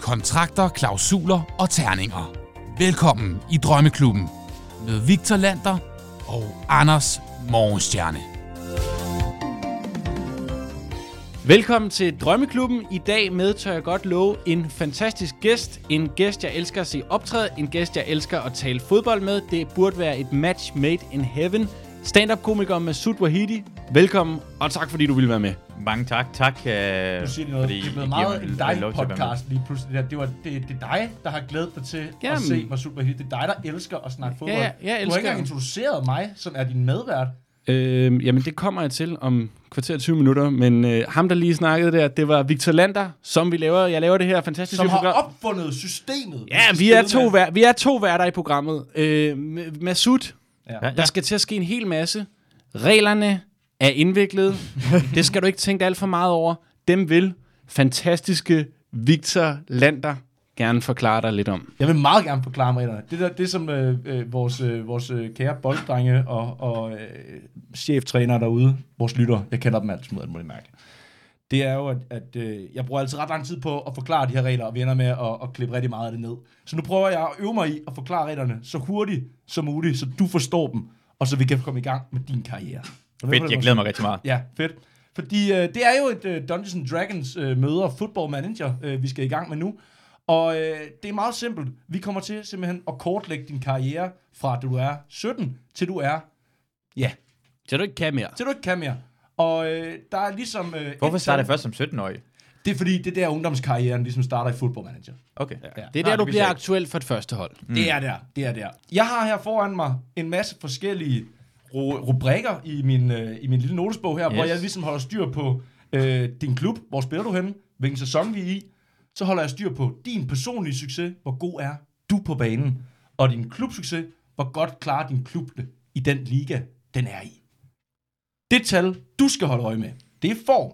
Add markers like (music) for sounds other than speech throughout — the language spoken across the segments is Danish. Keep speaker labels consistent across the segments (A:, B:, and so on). A: kontrakter, klausuler og terninger. Velkommen i Drømmeklubben med Victor Lander og Anders Morgenstjerne.
B: Velkommen til Drømmeklubben. I dag med, tør jeg godt love, en fantastisk gæst. En gæst, jeg elsker at se optræde. En gæst, jeg elsker at tale fodbold med. Det burde være et match made in heaven. Stand-up-komiker Masoud Wahidi. Velkommen, og tak fordi du ville være med.
C: Mange tak, tak. Øh,
D: Du siger det noget. Det er blevet meget en dig-podcast lige pludselig. Det, er- det, var, det, det er dig, der har glædet dig til
B: Jamen.
D: at se mig super hit. Det er dig, der elsker at snakke fodbold.
B: ja, jeg
D: du har
B: elsker
D: ikke engang
B: det.
D: introduceret mig, som er din medvært.
B: Øh, jamen, det kommer jeg til om kvarter 20 minutter, men øh, ham, der lige snakkede der, det var Victor Lander, som vi laver. Jeg laver det her fantastiske
D: Som har
B: program.
D: opfundet systemet.
B: Ja, vi er to, vær- vi er to værter i programmet. Øh, M- Masud,
D: Ja.
B: Der skal til at ske en hel masse. Reglerne er
D: (laughs)
B: indviklede. det skal du ikke tænke alt for meget over. Dem vil fantastiske Victor Lander gerne forklare dig lidt om.
D: Jeg vil meget gerne forklare mig reglerne. Det, der, det som øh, øh, vores, øh, vores øh, kære bolddrenge og, og øh, cheftræner derude, vores lytter, jeg kender dem altid, må I mærke. Det er jo, at, at øh, jeg bruger altid ret lang tid på at forklare de her regler, og vi ender med at, at klippe rigtig meget af det ned. Så nu prøver jeg at øve mig i at forklare reglerne så hurtigt som muligt, så du forstår dem, og så vi kan komme i gang med din karriere.
C: Fedt, jeg glæder mig rigtig meget.
D: Ja, fedt. Fordi øh, det er jo et øh, Dungeons and Dragons øh, møder Football Manager, øh, vi skal i gang med nu. Og øh, det er meget simpelt. Vi kommer til simpelthen at kortlægge din karriere fra da du er 17 til du er, ja,
B: Så du ikke kan mere.
D: til du ikke kan mere. Og øh, der er ligesom... Øh, et
C: Hvorfor
D: tal-
C: starter jeg først som 17-årig?
D: Det er fordi, det er der ungdomskarrieren ligesom starter i Football Manager.
C: Okay.
B: Det er
C: Nå,
B: der,
C: det
B: du
C: vidste
B: bliver
C: jeg ikke.
B: aktuel for et første hold.
D: Mm. Det er der, det er der. Jeg har her foran mig en masse forskellige ru- rubrikker i min, øh, i min lille notesbog her, yes. hvor
C: Yes.
D: jeg ligesom holder styr på øh, din klub, hvor spiller du henne, hvilken sæson vi er i. Så holder jeg styr på din personlige succes, hvor god er du på banen, og din klubsucces, hvor godt klarer din klub det i den liga, den er i. Det tal, du skal holde øje med, det er form.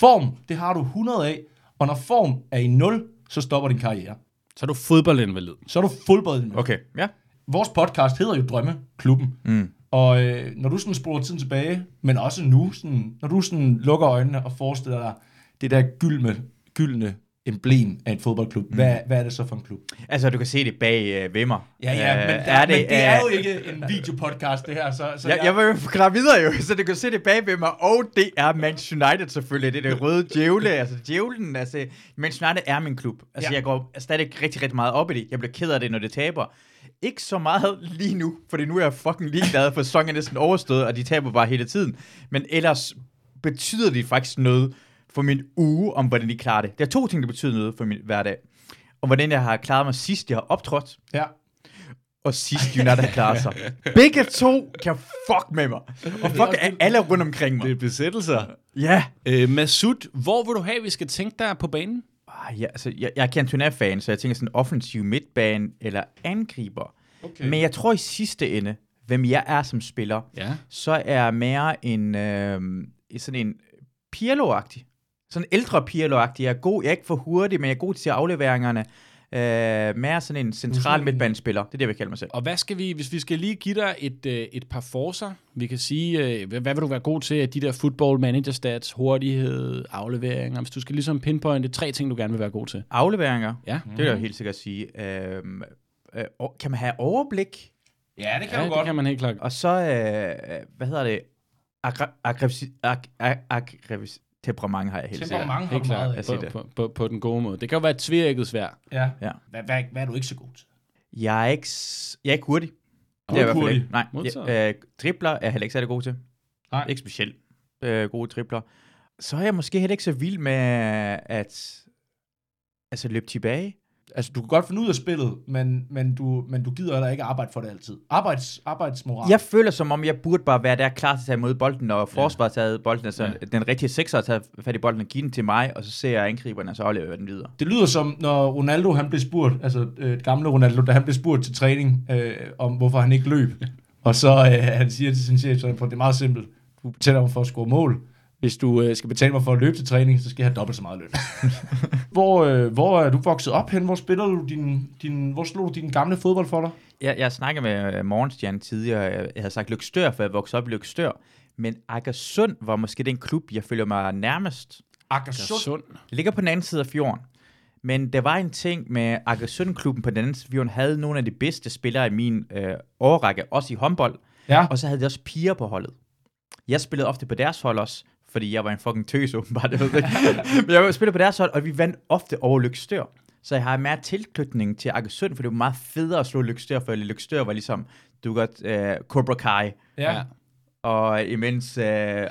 D: Form, det har du 100 af, og når form er i 0, så stopper din karriere.
B: Så er du fodboldinvalid.
D: Så er du fodboldinvalid
C: Okay, ja.
D: vores podcast hedder jo Drømmeklubben.
C: Mm.
D: Og øh, når du sådan spoler tiden tilbage, men også nu, sådan, når du sådan lukker øjnene og forestiller dig det der gyldne, gyldne emblem af en fodboldklub, mm. hvad, hvad er det så for en klub?
C: Altså, du kan se det bag øh, ved mig.
D: Ja, ja,
C: Øh,
D: men, der, er det, men det er
C: øh,
D: jo ikke en videopodcast, det her, så, så
C: Jeg, jeg vil jo forklare videre jo, så du kan se det bag ved mig. Og det er Manchester United selvfølgelig. Det er det røde djævle. Altså djævlen, altså Manchester United er min klub. Altså
D: Ja.
C: ja. jeg går stadig rigtig, rigtig meget op i det. Jeg bliver ked af det, når det taber. Ikke så meget lige nu, fordi nu er jeg fucking ligeglad, for sæsonen er næsten overstået, og de taber bare hele tiden. Men ellers betyder det faktisk noget for min uge, om hvordan de klarer det. Der er to ting, der betyder noget for min hverdag. Og hvordan jeg har klaret mig sidst, jeg har optrådt,
D: ja.
C: og sidst United klarer (laughs) sig. Begge to kan fuck med mig. Og fuck er alle rundt omkring mig.
B: besættelser.
C: Ja.
B: Øh, Masud, hvor vil du have, vi skal tænke dig på banen?
C: Ah, ja altså, jeg, jeg er Cantona-fan, så jeg tænker sådan offensiv midtbane eller angriber. Okay. Men jeg tror i sidste ende, hvem jeg er som spiller,
B: Ja.
C: så er jeg mere en øh, sådan en pirlo Sådan en ældre pirlo Jeg er god, jeg er ikke for hurtig, men jeg er god til afleveringerne. Øh, mere sådan en central
D: en-
C: midtbanespiller. Det er det, jeg vil kalde mig selv.
B: Og hvad skal vi, hvis vi skal lige give dig et, øh, et par forser, vi kan sige, øh, hvad, hvad vil du være god til af de der football manager stats, hurtighed, afleveringer, hvis du skal ligesom pinpointe tre ting, du gerne vil være god til.
C: Afleveringer,
B: Ja.
C: det vil jeg helt sikkert sige. Øh, øh, og- kan man have overblik?
D: ja, det kan
B: ja,
D: du
B: det
D: godt.
B: kan man helt klart.
C: Og så, øh, øh, hvad hedder det? Aggra- aggressiv- ag- ag- aggressiv- temperament har jeg helt sikkert.
D: Temperament har
B: Helt
D: du meget
B: klart,
D: af.
C: altså.
B: på,
C: Jeg siger det.
B: på, på, på den gode måde. Det kan jo være et tvirket svær.
D: Ja.
C: Ja.
D: Hvad, hvad, hvad er du ikke så god til?
C: Jeg er ikke, s- jeg er ikke hurtig.
D: Du
C: Det
D: er
C: er jeg i hvert fald
D: hurtig.
C: ikke. Nej,
B: Modtaget.
C: jeg, øh, dribler er jeg heller ikke særlig god til.
D: Nej.
C: Ikke specielt øh, gode dribler. Så er jeg måske heller ikke så vild med at altså, løbe tilbage.
D: Altså, du kan godt finde ud af spillet, men, men, du, men du gider heller ikke arbejde for det altid. Arbejds, arbejdsmoral.
C: Jeg føler, som om jeg burde bare være der klar til at tage imod bolden, når forsvaret tager bolden, altså ja. den rigtige sekser tager fat i bolden og giver den til mig, og så ser jeg angriberne, og så afleverer jeg den videre.
D: Det lyder som, når Ronaldo han blev spurgt, altså øh, gamle Ronaldo, da han blev spurgt til træning, øh, om hvorfor han ikke løb. Og så øh, han siger til sin chef, så han får, det er meget simpelt. Du betaler mig for at score mål. Hvis du øh, skal betale mig for at løbe til træning, så skal jeg have dobbelt så meget løn. hvor, øh, hvor er du vokset op hen? Hvor spiller du din, din, hvor slog du din gamle fodbold for dig?
C: Jeg, jeg snakkede med øh, Morgenstjerne tidligere, jeg jeg havde sagt Lykstør, for jeg voksede op i Lykstør, men Akersund var måske den klub, jeg føler mig nærmest.
D: Akersund.
B: Sund.
C: Det ligger på den anden side af fjorden, Men der var en ting med Akersund-klubben på den anden side. Vi havde nogle af de bedste spillere i min øh, årrække, også i håndbold.
D: Ja.
C: Og så havde de også piger på holdet. Jeg spillede ofte på deres hold også, fordi jeg var en fucking tøs åbenbart. Jeg ved det ikke. Men jeg spillede på deres hold, og vi vandt ofte over Lykstør. Så jeg har mere tilknytning til Akersund, for det var meget federe at slå Lykstør, for Lykstør var ligesom, du godt, øh, Cobra Kai.
D: ja.
C: Og imens øh,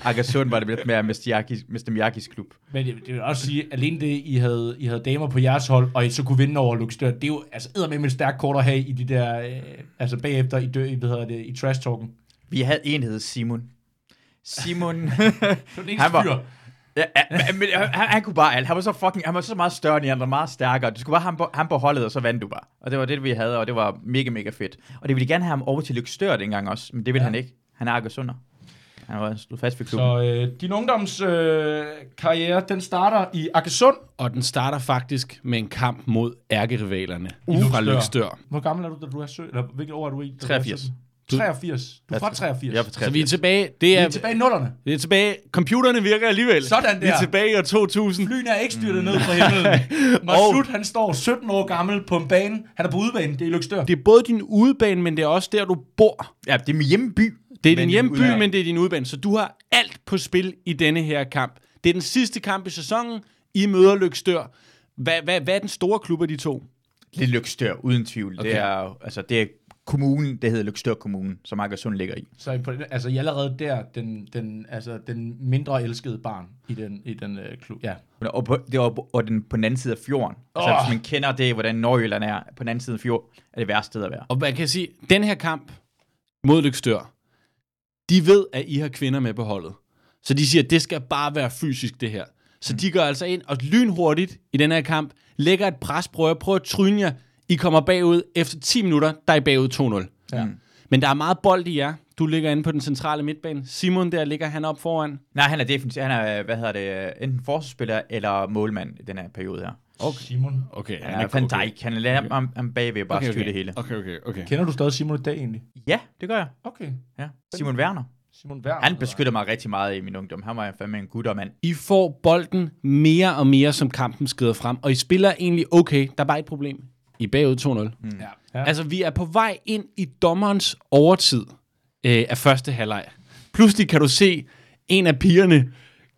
C: Akersund var det lidt mere Mr. Miyakis, Mr. Miyakis klub.
D: Men det, det vil også sige, at alene det, I havde, I havde damer på jeres hold, og I så kunne vinde over Luxdør, det er jo altså med et stærkt kort at have i de der, øh, altså bagefter i, dø, i, hvad hedder det, i trash-talken.
C: Vi havde en, der hed Simon. Simon, (laughs)
D: Det var den
C: Han
D: eneste
C: var-
D: fyr.
C: ja, ja, men han, han, kunne bare alt. Han var så fucking, han var så meget større end de andre, meget stærkere. Du skulle bare have ham på, ham på holdet, og så vandt du bare. Og det var det, vi havde, og det var mega, mega fedt. Og det ville de gerne have ham over til Lykstør dengang også, men det ville ja.
D: Ja.
C: han ikke. Han er Akersunder. Han var stod fast ved klubben. Så.
D: Så øh, din ungdomskarriere, øh, karriere, den starter i Akersund.
B: Og den starter faktisk med en kamp mod ærkerivalerne
D: Uh.
B: uh, fra Lykstør.
D: Hvor gammel er du, da du er sø? Eller hvilket år er du i? da du er
C: 83.
D: 17? 83. Du er fra 83.
C: Jeg er på
B: Så vi er
C: 83.
B: tilbage. Det
D: Vi
B: er,
D: er tilbage i nullerne.
B: vi er tilbage. Computerne virker alligevel.
D: Sådan
B: Vi er
D: der.
B: tilbage i år 2000.
D: Flyene er ikke styrtet ned
C: Mm.
D: fra
C: (laughs)
D: himlen. Masud, han står 17 år gammel på en bane. Han er på udebane. Det er i Lykstør.
B: Det er både din udebane, men det er også der, du bor.
C: Ja, det er min hjemby.
B: Det er
C: Men
B: din hjemby,
C: udebane.
B: men det er din udebane. Så du har alt på spil i denne her kamp. Det er den sidste kamp i sæsonen. I møder Lykstør. Hvad, hvad, hvad er den store klub af de to?
C: Det er Lykstør, uden tvivl. Okay.
B: Okay.
C: Det er, altså, det er kommunen, det hedder Lykstør Kommune, som Akersund ligger i.
D: Så I på den, altså, I er allerede der den, den, altså, den mindre elskede barn i den, i den øh, klub. Ja.
C: Og, på, det var på, og den, på den anden side af fjorden. Oh. Så
D: Åh.
C: hvis man kender det, hvordan Nordjylland er, på den anden side af fjorden, er det værste sted at være.
B: Og man kan sige, den her kamp mod Lykstør, de ved, at I har kvinder med på holdet. Så de siger, at det skal bare være fysisk, det her. Så de går altså ind og lynhurtigt i den her kamp, lægger et pres, prøver, prøver at tryne jer. I kommer bagud. Efter 10 minutter, der er I bagud 2-0.
D: Ja.
C: Mm.
B: Men der er meget bold i jer. Du ligger inde på den centrale midtbane. Simon der ligger han op foran.
C: Nej, han er definitivt, han er, hvad hedder det, enten forsvarsspiller eller målmand i den her periode her.
D: Okay. Simon.
B: Okay,
C: Han er Van Dijk, han lader okay. ham, ham bagved bare okay, okay. styre det hele.
B: Okay, okay, okay.
D: Kender du stadig Simon i dag egentlig?
C: Ja, det gør jeg.
D: Okay.
C: Ja. Simon Werner.
D: Simon Werner.
C: Han beskytter mig rigtig meget i min ungdom. Han var fandme en guttermand.
B: I får bolden mere og mere, som kampen skrider frem, og I spiller egentlig okay. Der er bare et problem. I er bagud 2-0.
D: eller- Ja. ja.
B: Altså, vi er på vej ind i dommerens overtid øh, af første halvleg. Pludselig kan du se en af pigerne,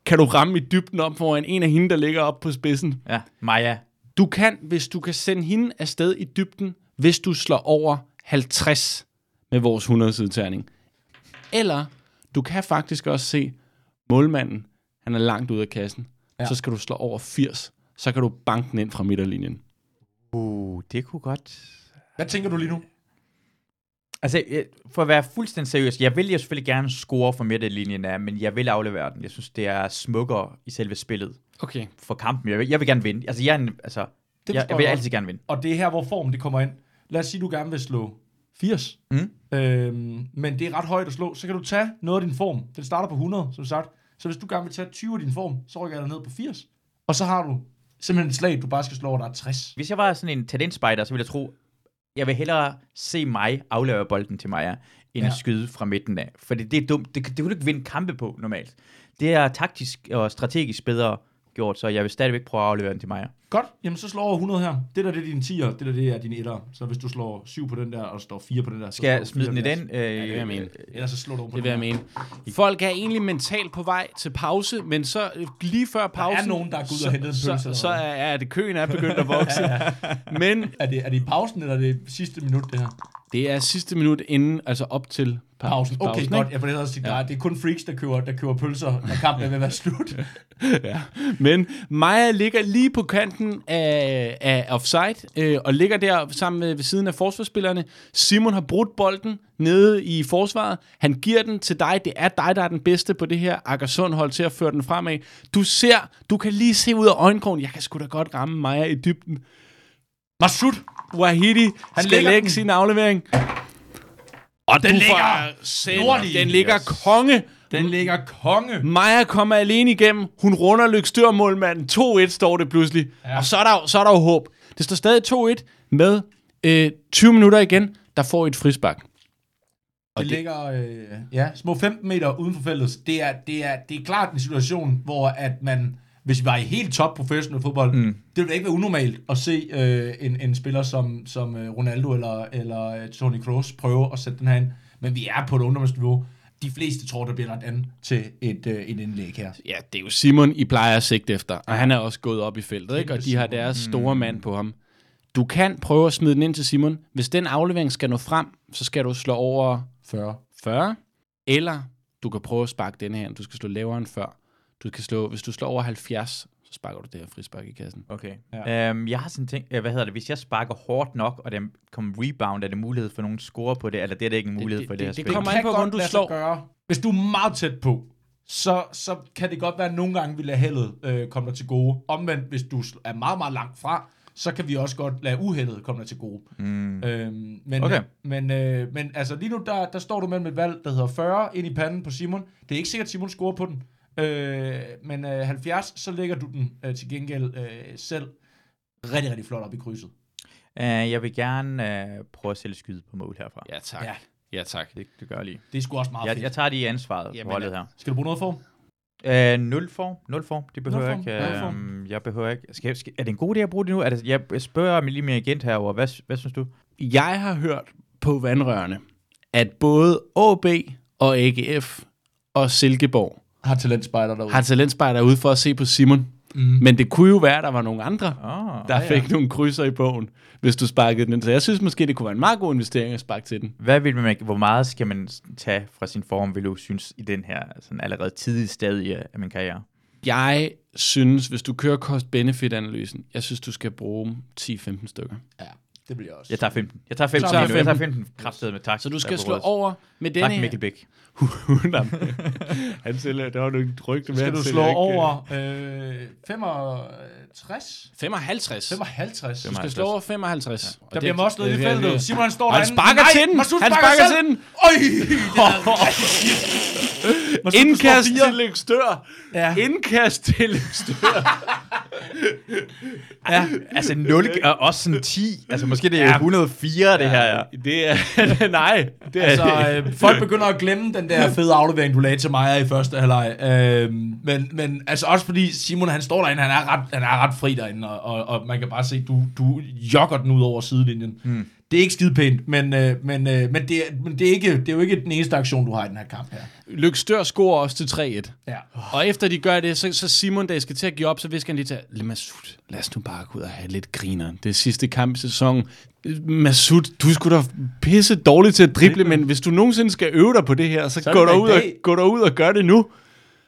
B: kan du ramme i dybden op foran en af hende, der ligger op på spidsen.
C: Ja, Maja.
B: Du kan, hvis du kan sende hende afsted i dybden, hvis du slår over 50 med vores 100-side terning. Eller du kan faktisk også se målmanden, han er langt ude af kassen. Ja. Så skal du slå over 80, så kan du banke den ind fra midterlinjen.
C: Uh, det kunne godt
D: Hvad tænker du lige nu?
C: Altså, jeg- for at være fuldstændig seriøs, jeg vil jo selvfølgelig gerne score for midterlinjen af, men jeg vil aflevere den. Jeg synes, det er smukkere i selve spillet
B: Okay.
C: for kampen. Jeg vil, jeg vil gerne vinde. Altså, jeg, er en, altså,
D: Det
C: jeg,
D: forstår
C: jeg vil
D: jeg
C: altid gerne vinde.
D: Og det er her, hvor formen det kommer ind. Lad os sige, du gerne vil slå 80.
C: Mm.
D: Øhm, men det er ret højt at slå. Så kan du tage noget af din form. Den starter på 100, som sagt. Så hvis du gerne vil tage 20 af din form, så rykker jeg dig ned på 80. Og så har du simpelthen et slag, du bare skal slå, og der er 60.
C: Hvis jeg var sådan en talentspejder, så ville jeg tro, jeg vil hellere se mig aflevere bolden til Maja, end ja.
D: Ja.
C: at skyde fra midten af. Fordi det er dumt. Det, kan- det kunne du ikke vinde kampe på normalt. Det er taktisk og strategisk bedre gjort, så jeg vil stadigvæk prøve at aflevere den til Maja.
D: Godt, jamen så slår over 100 her. Det der, det er dine 10'er, det der, det er dine 1'er. Så hvis du slår 7 på den der, og står 4 på den der, så
C: Skal jeg smide den i den? Øh,
B: det vil jeg mene.
C: (laughs)
D: Ellers så slår du over på
B: Det vil jeg
D: den
B: mene. Folk er egentlig mentalt på vej til pause, men så øh, lige før pausen...
D: nogen, der er gået ud
B: så-
D: og hentet en pølse
B: Så,
D: eller
B: så
D: hvad?
B: er, er det køen er begyndt at vokse. Men
D: Er det, er det i pausen, eller er det sidste minut, det her?
B: det er sidste minut inden, altså op til pa- pausen.
D: Okay,
B: pausen,
D: godt. Jeg vil også sige, ja. det er kun freaks, der køber, der køber pølser, når kampen er ved at være slut.
B: Ja. Men Maja ligger lige på kanten af, af offside, øh, og ligger der sammen med ved siden af forsvarsspillerne. Simon har brudt bolden nede i forsvaret. Han giver den til dig. Det er dig, der er den bedste på det her Akersund-hold til at føre den fremad. Du ser, du kan lige se ud af øjenkrogen, jeg kan sgu da godt ramme Maja i dybden.
D: Masud!
B: Wahidi Han skal
D: lægger
B: lægge
D: den.
B: sin aflevering. Og den
D: ligger nordlig.
B: Den ligger konge.
D: Den ligger konge.
B: Maja kommer alene igennem. Hun runder lykstørmålmanden. 2-1 står det pludselig. Ja. Og så er, der, jo- så er der jo håb. Det står stadig 2-1 med øh, 20 minutter igen. Der får I et frisbak.
D: Det ligger øh, ja, små 15 meter uden for feltet. Det er, det, er, det er klart en situation, hvor at man hvis vi var i helt top professionel fodbold, mm. det ville da ikke være unormalt at se øh, en, en spiller som, som øh, Ronaldo eller, eller øh, Toni Kroos prøve at sætte den her ind. Men vi er på et ungdomsniveau. De fleste tror, der bliver lagt an til et, øh, et indlæg her.
B: Ja, det er jo Simon, I plejer at sigte efter, og han er også gået op i feltet, ikke? og de har deres store mand på ham. Du kan prøve at smide den ind til Simon. Hvis den aflevering skal nå frem, så skal du slå over
D: 40.
B: 40, eller du kan prøve at sparke denne her, ind. du skal slå lavere end før. Du kan slå, hvis du slår over 70, så sparker du det her frispark i kassen.
C: Okay.
D: Ja.
C: Ja. Øhm, jeg har sådan tænkt, øh, hvad hedder det, hvis jeg sparker hårdt nok, og der kommer rebound, er det mulighed for nogen score på det, eller det er det ikke en mulighed
B: det-
C: for det,
B: det-
C: her
B: det
C: spil?
B: kommer- an
D: kan
B: på,
D: godt
B: hvordan du
D: lade sig
B: slår.
D: Gøre. Hvis du er meget tæt på, så, så kan det godt være, at nogle gange vi lader heldet øh, komme dig til gode. Omvendt, hvis du sl- er meget, meget langt fra, så kan vi også godt lade uheldet komme dig til gode. Mm. Øhm, men,
C: Okay.
D: men, øh, men altså lige nu, der, der står du mellem et valg, der hedder 40 ind i panden på Simon. Det er ikke sikkert, at Simon scorer på den. Øh, men øh, 70, så lægger du den øh, til gengæld øh, selv rigtig, rigtig flot op i krydset.
C: Øh, jeg vil gerne øh, prøve at selv skyde på mål herfra.
B: Ja, tak.
D: Ja.
B: Ja, ja tak.
C: Det, det gør jeg lige.
D: Det er sgu også meget
C: Jeg,
D: fedt.
C: jeg tager lige ansvaret på
B: Jamen,
C: holdet her.
D: Skal du bruge noget form?
C: Øh, nul form, nul form, det behøver jeg
D: form,
C: ikke.
D: nul form.
C: øhm, jeg behøver ikke. Skal, jeg- skal, er det en god idé at bruge det nu? Er det, jeg spørger mig lige mere igen herover. Hvad, hvad synes du?
B: Jeg har hørt på vandrørene, at både AB og AGF og Silkeborg
D: Har talentspejder derude.
B: har talentspejder ude for at se på Simon. Mm.
D: Mhm.
B: Men det kunne jo være, at der var nogle andre,
C: Oh.
B: der fik nogle krydser i bogen, hvis du sparkede den ind. Så jeg synes måske, det kunne være en meget god investering at sparke til den.
C: Hvad vil man, hvor meget skal man tage fra sin form, vil du synes, i den her sådan allerede tidlige stadie af min karriere?
B: Jeg synes, hvis du kører cost-benefit-analysen, jeg synes, du skal bruge 10-15 stykker.
D: Ja, det bliver jeg også.
C: Jeg tager 15. Jeg tager 15.
B: Så tager
C: lige nu. Jeg tager
B: 15.
C: 15 kraftede med tak.
B: Så du skal
C: Jacob
B: slå
C: Rodes.
B: over med denne
C: Tak, Mikkel Bæk.
B: her. han sælger, der var jo ikke rygte med.
D: Skal du slå over øh, 65?
B: 55.
D: 55?
B: Du skal slå over 55. Ja.
D: Der bliver også noget i feltet. Simon han står
B: Og han
D: derinde.
B: sparker
D: Nej,
B: til den.
D: Masud
B: Han sparker
D: selv.
B: til den.
D: Øj! Masud, du slår
B: (laughs) Indkast
D: fire.
B: til Løgstør.
D: Ja.
B: Indkast til Løgstør.
C: Ja, altså 0 og også sådan 10. Altså måske det er 104, det her. Ja.
B: Det er... (laughs) Nej. Det er
D: (laughs) Altså,
B: det ikke.
D: øh, folk begynder at glemme
C: (laughs)
D: den der fede aflevering, du lagde til mig i første halvleg. Øh, men, men altså også fordi Simon, han står derinde, han er ret, han er ret fri derinde, og, og, og man kan bare se, du, du jogger den ud over sidelinjen.
C: Hmm.
D: Mm. Det er ikke skide pænt, men, øh, men, øh, men, det, er- men det, er ikke, det er jo ikke den eneste aktion, du har i den her kamp her.
B: Løgstør scorer også til 3-1.
D: Ja.
B: Og efter de gør det, så, så Simon, da jeg skal til at give op, så visker han lige til, "Lad Masud, lad os nu bare gå ud og have lidt griner. Det er sidste kamp i sæsonen. Masud, du skulle da pisse dårligt til at drible, men hvis du nogensinde skal øve dig på det her, så,
D: er
B: så gå,
D: det da i
B: derud og,
D: dag."
B: gå derud og gør det nu.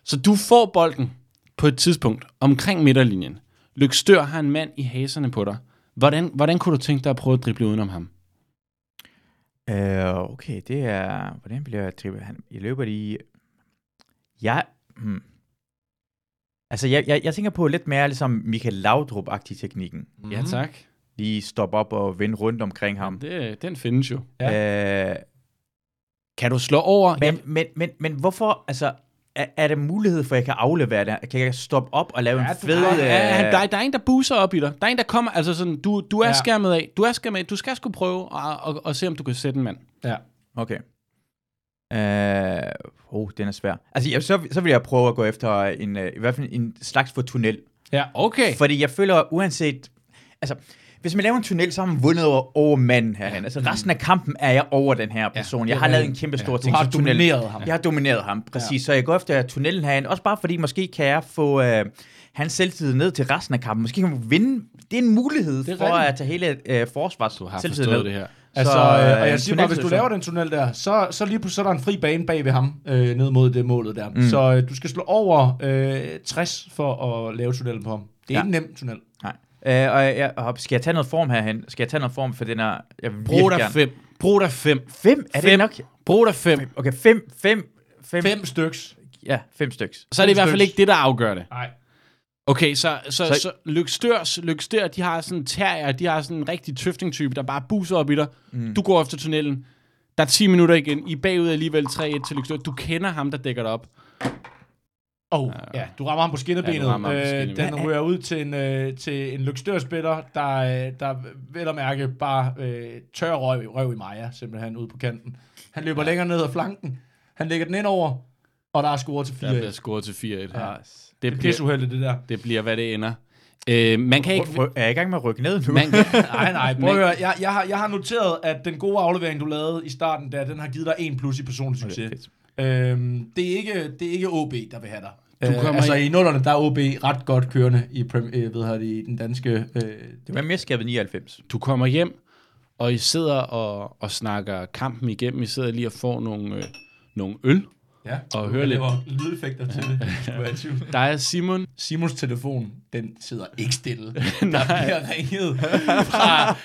B: Så du får bolden på et tidspunkt omkring midterlinjen. Lykstør har en mand i haserne på dig. Hvordan, hvordan kunne du tænke dig at prøve at drible udenom ham?
C: Øh, okay, det er... Hvordan bliver jeg dribbet? Han, I løber de... Jeg... Hmm. Altså, jeg, jeg, jeg tænker på lidt mere ligesom Michael Laudrup-agtig teknikken.
B: Mm. Ja tak.
C: Lige stoppe op og vende rundt omkring ham.
B: Det, den findes jo.
C: Ja. Øh,
B: Kan du slå over?
C: Men, men, men, men hvorfor, altså, er, er der mulighed for, at jeg kan aflevere det? Kan jeg stoppe op og lave ja, en fed...
B: Ja,
C: øh,
B: ja, ja, der, er- der er en, der buser op i dig. Der er en, der kommer, altså sådan, du, du er
D: Ja.
B: ja. skærmet af. Du er skærmet af. Du skal sgu prøve at, at, at, se, om du kan sætte en mand.
D: Ja.
C: Okay. Øh, oh, den er svær. Altså, jeg, så, så vil jeg prøve at gå efter en, øh, i hvert fald en slags for tunnel.
B: Ja, okay.
C: Fordi jeg føler, uanset... Altså, hvis man laver en tunnel, så har man vundet over, over manden herhen. Altså, resten af kampen er jeg over den her person. Jeg har lavet en kæmpe stor
D: Du
C: ting.
D: har
C: så tunnel-
D: domineret ham.
C: Jeg har domineret ham, præcis. Ja. Så jeg går efter tunnelen herinde. Også bare fordi, måske kan jeg få øh, hans selvtid ned til resten af kampen. Måske kan man vinde. Det er en mulighed
D: Det er
C: for
D: rigtigt.
C: at tage hele øh, forsvars
B: Du har
C: selvtid
B: forstået
C: ned.
B: det her.
D: Altså, øh, og
C: en
D: jeg siger bare, hvis du
C: tunnelsituation.
D: laver den tunnel der, så, så lige pludselig er der en fri bane bag ved ham, øh, ned mod det målet der. Mm. Så øh, du skal slå over øh, 60 for at lave tunnelen på ham. Det
C: Ja.
D: er ja. ikke en nem tunnel.
C: Nej. Øh, og jeg, og skal jeg tage noget form herhen? Skal jeg tage noget form for den her? Jeg vil
B: Brug
C: virkelig
B: dig
C: gerne-
B: fem. Brug dig fem.
C: Fem? Er det
B: Fem.
C: nok?
B: Brug dig fem.
C: Okay, fem, fem, fem,
D: Fem styks.
C: Ja, fem styks.
B: Så er det i hvert fald
D: styks.
B: ikke det, der afgør det.
D: Nej.
B: Okay, så, så, så,
C: Så-
B: så Lykstørs, Lykstør, de har sådan en terrier, de har sådan en rigtig tøftingtype, der bare buser op i dig. Mm. Du går efter tunnelen. Der er 10 minutter igen. I er bagud alligevel 3-1 til Lykstør. Du kender ham, der dækker dig op.
D: Oh, ja, du rammer ham på
B: Ja,
D: skinnebenet.
B: du rammer ham på
D: Ja, øh,
B: skinnebenet.
D: den ryger ud til en, øh, til en lykstørspiller, der, øh, der vel at mærke bare øh, tør røv, røv i Maja, simpelthen ude på kanten. Han løber ja. længere ned ad flanken. Han lægger den ind over, og der er scoret til 4
B: Der bliver
D: Det
B: scoret til 4-1. Ja. Det,
D: er
B: bliver,
D: pisseuheldigt, det der.
B: det bliver, hvad det ender. Øh, man kan ikke...
C: Prøv, er jeg i gang med at rykke ned nu? (laughs)
B: Man kan,
D: Nej, (laughs) nej, prøv at høre. Jeg, jeg, har, jeg har noteret, at den gode aflevering, du lavede i starten, der, den har givet dig en plus i personlig succes.
C: fedt.
D: øhm, det, er ikke, det er ikke OB, der vil have dig.
B: Du
D: øh,
B: kommer
D: altså
B: i-
D: i nullerne, der er OB ret godt kørende i, prem, øh, ved her, i den danske... Øh,
C: Det var mesterskabet 99.
B: du kommer hjem, og I sidder og, og snakker kampen igennem. I sidder lige og får nogle, øh, nogle øl.
D: ja,
B: Og høre
D: Jeg
B: lidt.
D: laver lydeffekter til det. hvis du er i tvivl.
B: Der er Simon,
D: Simons telefon, den sidder ikke stille. Der bliver ringet fra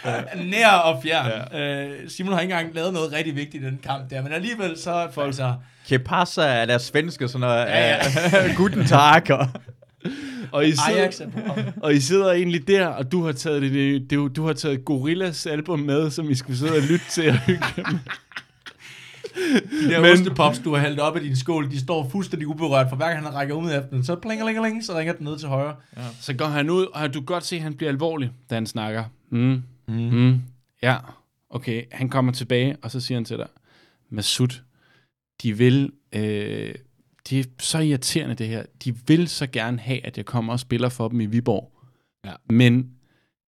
D: nær og fjern. Øh, Simon har ikke engang lavet noget rigtig vigtigt i den kamp der, men alligevel så altså, folk så...
C: Que pasa er der svenske, sådan noget.
D: Ja, ja.
C: (laughs) ja. Guten Tag. og-
B: og I sidder,
D: Ajax er på ham.
B: og I sidder egentlig der, og du har taget, det, det, du har taget Gorillas album med, som I skulle sidde og lytte til og hygge jer med.
D: De der
B: Men-
D: men... ostepops, du har hældt op i din skål, de står fuldstændig uberørt, for hver gang han rækker ud efter den, så plinger, plinger, plinger, så ringer den ned til højre.
B: Så går han ud, og du kan godt se, at han bliver alvorlig, da han snakker. Mm. Mm. Mm. Ja, okay. Han kommer tilbage, og så siger han til dig, Masud, de vil... Øh, det er så irriterende, det her. De vil så gerne have, at jeg kommer og spiller for dem i Viborg. Ja. Men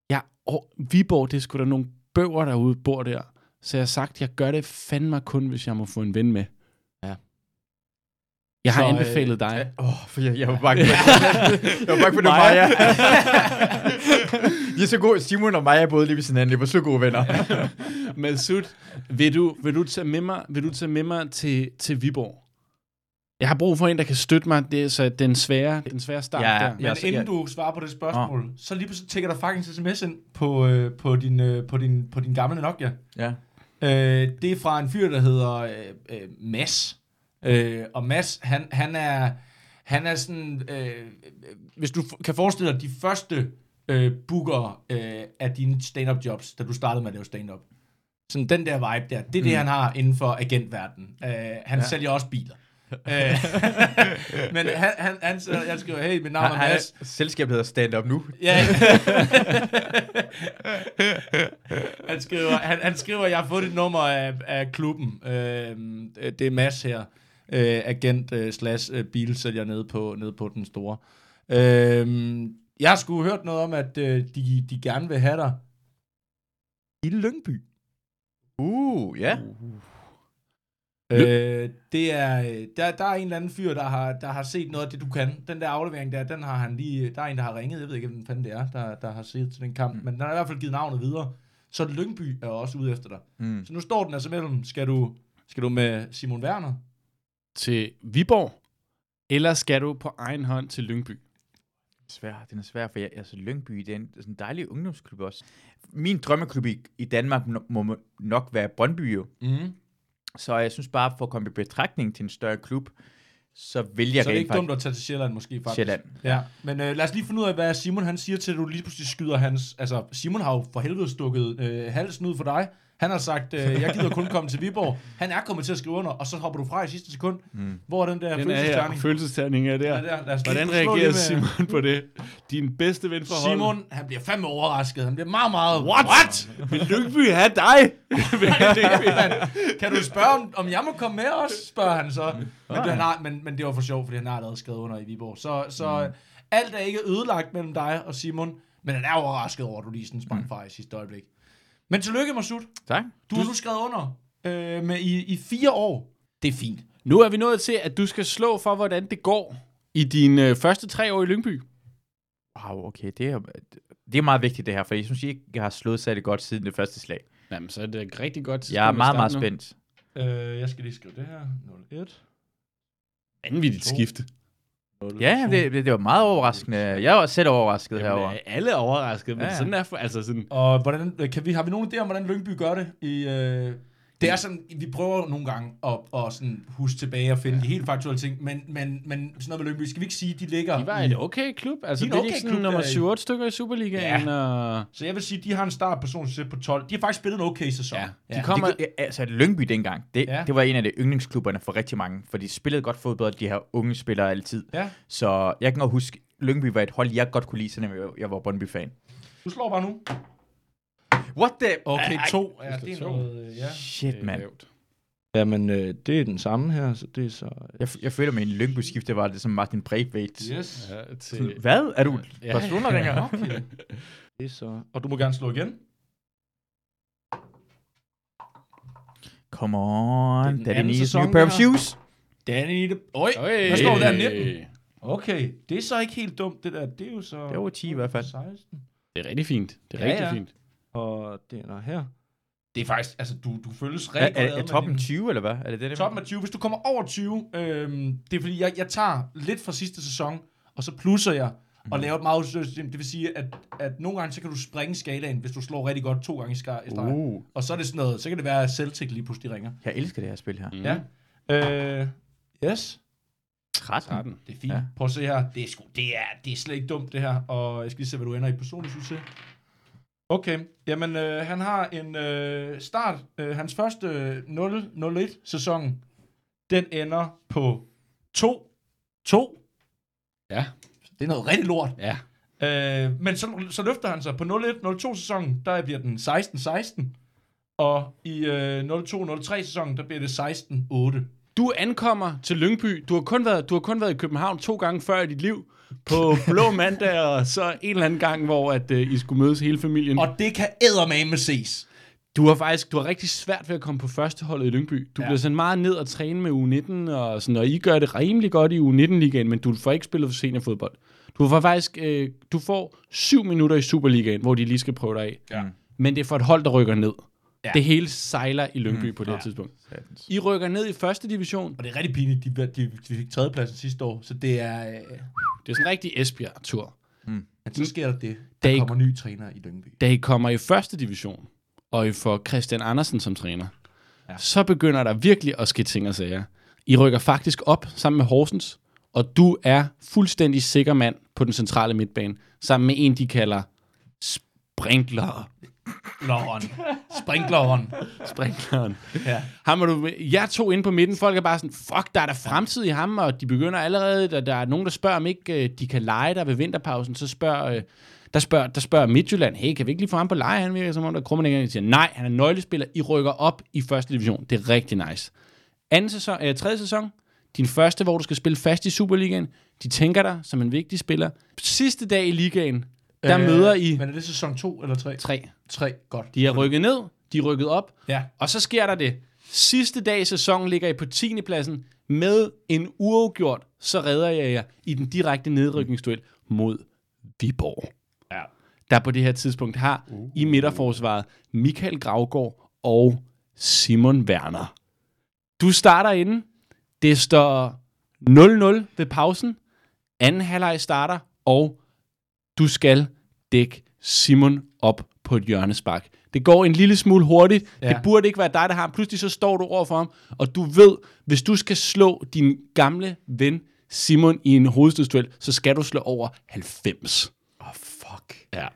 B: jeg, og Viborg, det er sgu da nogle bøger derude, bor der. Så jeg har sagt, jeg gør det fandme kun, hvis jeg må få en ven med.
E: Ja.
B: Jeg har
D: Så, øh,
B: anbefalet dig.
C: Åh, oh, for (laughs) jeg, jeg var bange for det. Jeg var bange for det, Maja. (laughs) De er så gode. Simon og Maja boede lige ved siden af hinanden. De var så gode venner.
B: (laughs) Masud, vil du, vil du tage med mig, vil du tage med mig til, til Viborg? Jeg har brug for en, der kan støtte mig. Det er så den svære, den svære start
C: Ja,
B: der.
D: Men
C: Ja, så-
D: inden
C: ja. Ah.
D: du svarer på det spørgsmål, så lige pludselig tækker der faktisk en sms ind på, øh, på, din, øh, på, din, på din gamle Nokia.
C: ja.
D: Øh, det er fra en fyr, der hedder øh, øh, Mads. Øh, og Mads, han, han er... Han er sådan... Øh, øh, hvis du f- kan forestille dig de første øh, booker øh, af dine stand-up jobs, da du startede med at lave stand-up. Sådan den der vibe der, det er det, han har inden for agentverdenen. Øh, han ja. sælger også biler. Øh, (laughs) men han, han, han, sidder- han skriver, hey, mit navn er
C: Han, han
D: Mads.
C: er, selskabet hedder Stand (laughs) Up Nu.
D: Ja. han, skriver, han, han skriver, jeg har fået et nummer af, af klubben. Øh, det er Mads her, øh, agent øh, slash øh, bilsælger nede på, nede på den store. Øh, jeg har sgu hørt noget om, at øh, de, de gerne vil have dig i Lyngby.
C: Uh, ja.
D: Øh, det er, øh, der, der er en eller anden fyr, der har, der har set noget af det, du kan. Den der aflevering der, den har han lige, øh, der er en, der har ringet, jeg ved ikke, hvem fanden det er, der, der har set til den kamp, mm. men den har i hvert fald givet navnet videre. Så Lyngby er også ude efter dig.
C: Mm.
D: Så nu står den altså mellem, skal du, skal du med Simon Werner?
B: Til Viborg, eller skal du på egen hånd til Lyngby?
C: Svær, den er svær, for jeg, altså Lyngby, det er en, det er sådan en dejlig ungdomsklub også. Min drømmeklub i, i Danmark no- må må nok være Brøndby jo.
D: Mm.
C: Så jeg synes bare, for at komme i betragtning til en større klub, så vil jeg
D: Så er det
C: rent
D: ikke
C: faktisk
D: dumt at tage til Sjælland måske faktisk.
C: Sjælland.
D: Ja, men øh, lad os lige finde ud af, hvad Simon han siger til, at du lige pludselig skyder hans... Altså, Simon har jo for helvede stukket øh, halsen ud for dig. Han har sagt, øh, jeg gider kun komme til Viborg. Han er kommet til at skrive under, og så hopper du fra i sidste sekund. Mm. Hvor er den der
B: Den er her.
D: følelsesterning?
B: Følelsesterning er der.
D: Den er der. Lad os lige
B: Hvordan
D: slå lige
B: reagerer
D: med-
B: Simon på det? Din bedste ven fra holdet.
D: Simon, han bliver fandme overrasket. Han bliver meget, meget...
B: What? What? Vil Lyngby have
D: (laughs)
B: dig?
D: Kan du spørge, om, om jeg må komme med også, spørger han så. Men, det, han har, men, men det var for sjovt, fordi han har allerede skrevet under i Viborg. Så, så mm. alt er ikke ødelagt mellem dig og Simon, men han er overrasket over, at du lige sådan sprang fra i sidste øjeblik. Men tillykke, Masud.
C: Tak.
D: Mm. Du har nu skrevet under øh, med, i, i fire år. Det er fint.
B: Nu er vi nået til, at du skal slå for, hvordan det går i dine øh, første tre år i Lyngby.
C: Wow, okay, det er, det er meget vigtigt det her, for jeg synes ikke, jeg har slået særlig godt siden det første slag.
B: Jamen, så er det et rigtig godt tidspunkt
C: Jeg er
B: at
C: meget,
B: starte
C: meget
B: nu.
C: spændt.
D: Øh, jeg skal lige skrive det her. 01.
B: Vanvittigt skifte.
C: Ja, det, det, det var meget overraskende. Jeg var selv overrasket herover.
B: Jamen, øh, alle er overrasket, men
C: Ja, ja.
B: sådan er for, altså sådan,
D: Og hvordan, øh, kan vi, har vi nogen idé om, hvordan Lyngby gør det? I, øh, det er sådan, vi prøver nogle gange at, at sådan huske tilbage og finde ja. de helt faktuelle ting, men, men, men sådan noget med Lyngby, skal vi ikke sige, de ligger...
B: de var
D: i-
B: en okay klub. Altså,
D: De
B: det
D: er
B: er
D: en
B: ikke
D: okay
B: sådan
D: klub,
B: nummer
D: der er
B: 7-8
D: i-
B: stykker i Superligaen. Ja. Og...
D: Så jeg vil sige, de har en start personligt på 12. De har faktisk spillet en okay sæson.
B: Ja, de
D: ja.
B: kom- kommer-
C: Det, ja, altså Lyngby dengang, det,
D: Ja.
C: ja. det var en af de yndlingsklubberne for rigtig mange, for de spillede godt fodbold, de her unge spillere altid.
D: Ja.
C: Så jeg kan godt huske, Lyngby var et hold, jeg godt kunne lide, selvom jeg, jeg var Brøndby-fan.
D: Du slår bare nu.
C: What the?
D: Okay,
C: Ej,
D: to. Ja,
B: hvis der
D: det er
B: er to.
D: noget, øh, ja.
C: Shit, mand.
B: lavt.
E: Jamen, øh, det er den samme her, så det er så...
C: Jeg, f- jeg føler mig i en lyngby det var det som Martin Breivik. Yeah.
D: Yes. Ja.
B: Ja, til,
C: Hvad? Er du
B: Ja.
C: ja. Barcelona-ringer?
D: Okay.
E: Det er så...
D: Og du må gerne slå igen.
C: Come on,
D: den
C: det er
D: anden
C: needs
D: sæson,
C: new pair of
D: det her.
C: shoes.
D: Danny, det... Øj,
B: Øj.
D: hvad står der? 19? Okay, det er så ikke helt dumt, det der. Det er jo så...
C: Det var 10 i hvert fald.
D: 16.
B: Det er rigtig fint. Det er
D: Ja,
B: ja, rigtig
D: ja.
B: ja. fint.
E: Og det er der her.
D: Det er faktisk... Altså, du, du føles
C: Er,
D: rigtig
C: er,
D: glad
C: er
D: med
C: toppen
D: din-
C: 20, eller hvad? Er det det, det
D: Toppen af 20. Hvis du kommer over 20, øhm, det er fordi, jeg, jeg tager lidt fra sidste sæson, og så plusser jeg
C: Mhm.
D: og laver et meget udsøgt system. Det vil sige, at, at nogle gange, så kan du springe skalaen, hvis du slår rigtig godt to gange i skar- i streg. Uh.
C: Uh,
D: Og så er det sådan noget, så kan det være, at Celtic lige pludselig ringer.
C: jeg elsker det her spil her.
B: Mm.
D: Ja. Øh, yes.
C: 13.
B: 13.
D: Det er fint. Ja.
C: Ja.
D: Prøv at se her. Det er, sgu, det, er, det er slet ikke dumt, det her. Og jeg skal lige se, hvad du ender i personlig succes. Okay. Jamen, øh, han har en øh, start. Øh, hans første øh, 0-1-sæson, den ender på 2-2.
B: Ja.
D: Det er noget rigtig lort.
B: Ja.
D: Øh, men så, så løfter han sig på 0-1-0-2-sæsonen. Der bliver den 16-16. Og i øh, 0-2-0-3-sæsonen, der bliver det 16-8.
B: Du ankommer til Lyngby. Du har, kun været, du har kun været i København to gange før i dit liv. På Blå Mandag, og så en eller anden gang, hvor at, øh, I skulle mødes hele familien. Og
D: Og det kan eddermame ses.
B: du har faktisk du har rigtig svært ved at komme på førsteholdet i Lyngby. Du
D: Ja.
B: ja. bliver sådan meget ned og træne med U19, og, sådan, og I gør det rimelig godt i U19-ligaen, men du får ikke spillet for seniorfodbold. Du får faktisk øh, du får syv minutter i Superligaen, hvor de lige skal prøve dig af.
D: Ja.
B: Men det er for et hold, der rykker ned.
D: Ja.
B: Ja. Det hele sejler i Lyngby mm, på det
D: ja.
B: ja. tidspunkt. I rykker ned i første division.
D: Og det er rigtig pinligt, de, de, de fik tredjepladsen sidste år, så det er... Øh,
B: Det er sådan en rigtig Esbjerg-tur.
D: men så sker der det,
B: Der
D: der
B: er
D: kommer ny træner i Lyngby.
B: Da I kommer i første division, og I får Christian Andersen som træner,
D: Ja.
B: ja. så begynder der virkelig at ske ting og sager. I rykker faktisk op sammen med Horsens, og du er fuldstændig sikker mand på den centrale midtbane, sammen med en, de kalder Sprinkler.
D: Lovren. Sprinklovren.
B: Sprinkleren.
D: Ja.
B: Ham er du, jeg tog ind på midten. Folk er bare sådan, fuck, der er der fremtid i ham, og de begynder allerede, der, der er nogen, der spørger, om ikke øh, de kan lege der ved vinterpausen. Så spørger, øh, der spørger, der spørger Midtjylland, hey, kan vi ikke lige få ham på leje? Han virker som om, der krummer ikke. siger, nej, han er nøglespiller. I rykker op i første division. Det er rigtig nice. Anden sæson, øh, tredje sæson, din første, hvor du skal spille fast i Superligaen. De tænker dig som en vigtig spiller. Sidste dag i ligaen, der øh, møder I
D: Men er det sæson 2 eller 3?
B: tre.
D: 3, godt.
B: De er rykket ned, de er rykket op,
D: Ja.
B: og så sker der det. Sidste dag i sæsonen ligger I på 10. pladsen med en uafgjort, så redder jeg jer i den direkte nedrykningsduel mod Viborg.
D: Ja.
B: Der på det her tidspunkt har i midterforsvaret Michael Gravgaard og Simon Werner. Du starter inden. Det står 0-0 ved pausen. Anden halvleg starter, og du skal dække Simon op på et hjørnespark. Det går en lille smule hurtigt. Ja. Det burde ikke være dig, der har ham. Pludselig så står du over for ham, og du ved, hvis du skal slå din gamle ven Simon i en hovedstødsduel, så skal du slå over 90.
D: Åh, oh, fuck.
B: Ja.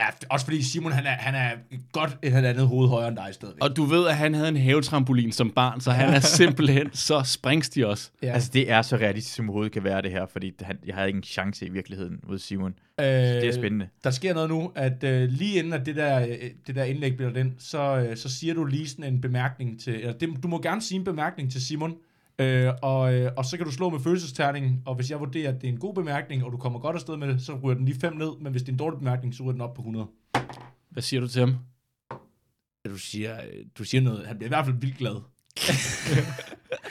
D: ja. f- Også fordi Simon, han er, han er godt et halvandet hoved højere end dig stadigvæk.
B: Og du ved, at han havde en havetrampolin som barn, så (laughs) han er simpelthen så springstig også.
D: Ja.
C: Altså, det er så realistisk, som overhovedet kan være det her, fordi han, jeg havde ikke en chance i virkeligheden mod Simon.
D: øh,
C: Det er spændende.
D: Der sker noget nu, at øh, lige inden at det der, øh, det der indlæg bliver den, så, øh, så siger du lige sådan en bemærkning til, eller det, du må gerne sige en bemærkning til Simon, øh, og, øh, og så kan du slå med følelsesterningen, og hvis jeg vurderer, at det er en god bemærkning, og du kommer godt afsted med det, så ryger den lige 5 ned, men hvis det er en dårlig bemærkning, så ryger den op på 100.
B: Hvad siger du til ham?
D: Du siger, øh, du siger noget, han bliver i hvert fald vildt glad.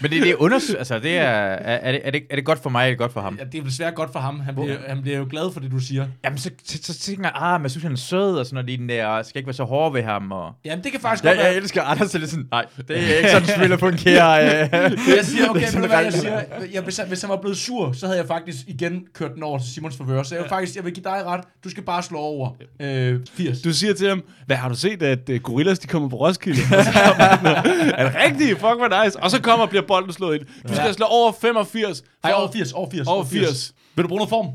C: Men det, det er undersøgt, altså, det er, er, er, det, er, det, er det godt for mig, eller er det godt for ham?
D: Ja, det er desværre godt for ham, han bliver, han bliver jo glad for det, du siger.
C: Jamen, så, så, så tænker jeg, ah, men jeg synes, han er sød, og sådan noget lignende, og jeg skal ikke være så hård ved ham, og...
D: Jamen, det kan faktisk
C: Jeg,
D: godt være.
C: jeg elsker Anders, så det er sådan, nej, det er ikke sådan, (laughs) spiller fungerer. øh.
D: (laughs) jeg siger, okay,
C: Det er sådan
D: ved du hvad, jeg
C: ret-
D: siger, jeg, hvis, han, hvis han var blevet sur, så havde jeg faktisk igen kørt den over til Simons forvør. Så jeg vil faktisk, jeg vil give dig ret. Du skal bare slå over øh, 80.
B: Du siger til ham, hvad har du set, at øh, gorillas de kommer på Roskilde? Og så kommer han, er det rigtigt? Fuck, hvor nice. Og så kommer og bliver bolden slået ind. Du skal slå over 85.
D: Nej, over 80, over 80.
B: Over 80.
D: Vil du bruge noget form?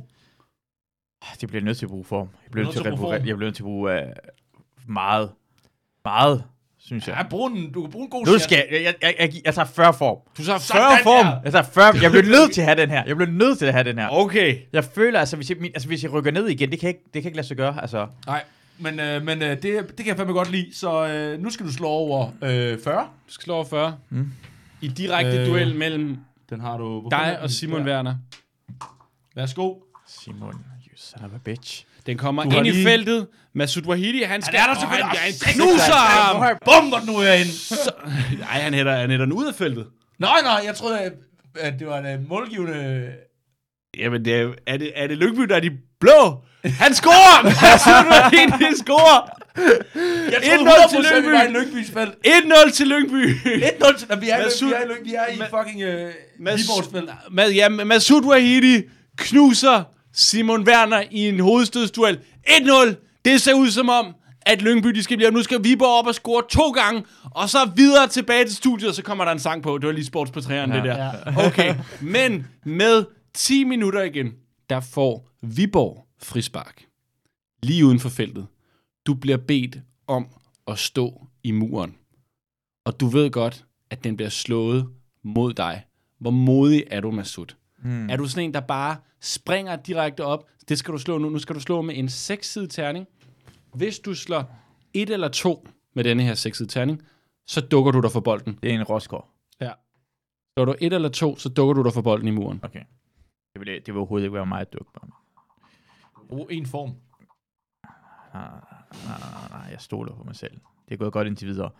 C: Ah, Det bliver jeg nødt til at bruge form. Jeg bliver nødt til at
D: Nødt til at bruge
C: bruge,
D: form.
C: jeg bliver nødt til at bruge øh, meget, meget, synes jeg.
D: Ja, brug en, du kan bruge en god
C: Nu
D: skat.
C: skal jeg, jeg, jeg, jeg, jeg tager 40 form.
B: Du så 40
D: Sådan
B: form.
D: der.
C: Jeg tager 40, jeg bliver nødt til at have den her. Jeg bliver nødt til at have den her.
B: Okay.
C: Jeg føler, altså hvis jeg, min, altså, hvis jeg rykker ned igen, det kan, jeg ikke, det kan jeg ikke lade sig gøre. Altså,
D: Nej, men, øh, men øh, det, det kan jeg fandme godt lide. Så øh, nu skal du slå over øh, 40.
B: Du skal slå over 40. Mm. I direkte øh,
D: Øh,
B: duel mellem
D: Den har du... på
B: dig
D: fornemmelsen.
B: og Simon
D: Ja.
B: Werner.
D: Værsgo.
C: Simon, you son of a bitch.
B: Den kommer
D: Du
B: ind
D: har
B: lige... i
D: lige-
B: feltet. Masud Wahidi, han skal...
D: det er der
B: og
D: selvfølgelig.
B: Han, han
D: Ah, shit,
C: Altså,
B: knuser ham!
D: Hvor er bomber den nu herinde?
B: Nej, han hætter, han hætter den ud af feltet.
D: Nej, nej, jeg troede, at- at det var en øh, målgivende...
B: Jamen, det er, er, det, er det Lyngby, der er de blå? Han (laughs) scorer! Masud Wahidi (laughs) scorer!
D: Jeg troede
B: 1-0 til
D: 100% vi
B: Lyngby.
D: var i Lyngby's felt.
B: 1-0 til Lyngby!
D: 1-0 til... Nå, Vi er i
B: Mads
D: Lyngby, vi er i
B: Sud-
D: Lyngby, vi er i
B: Ma-
D: fucking øh,
B: Mads-
D: Viborgs felt.
B: Ma- ja, Masud Wahidi knuser Simon Werner i en hovedstødsduel. 1-0. Det ser ud som om, at Lyngby de skal blive... Nu skal Viborg op og score to gange, og så videre tilbage til studiet, og så kommer der en sang på. Det var lige sports på træerne, ja, det der. Ja. Okay, men med 10 minutter igen, der får Viborg frispark. Lige uden for feltet. Du bliver bedt om at stå i muren. Og du ved godt, at den bliver slået mod dig. Hvor modig er du, Masud? Hmm. Er du sådan en, der bare springer direkte op? Det skal du slå nu. Nu skal du slå med en sekssidig terning. Hvis du slår et eller to med denne her sekssidig terning, så dukker du dig for bolden.
C: Det er en Rosgaard.
B: Slår du et eller to, så dukker du dig for bolden i muren.
C: Okay. Det vil, det vil overhovedet ikke være mig at dukke på.
D: Oh, en form.
C: Nej, jeg stoler på mig selv. Det er gået godt indtil videre.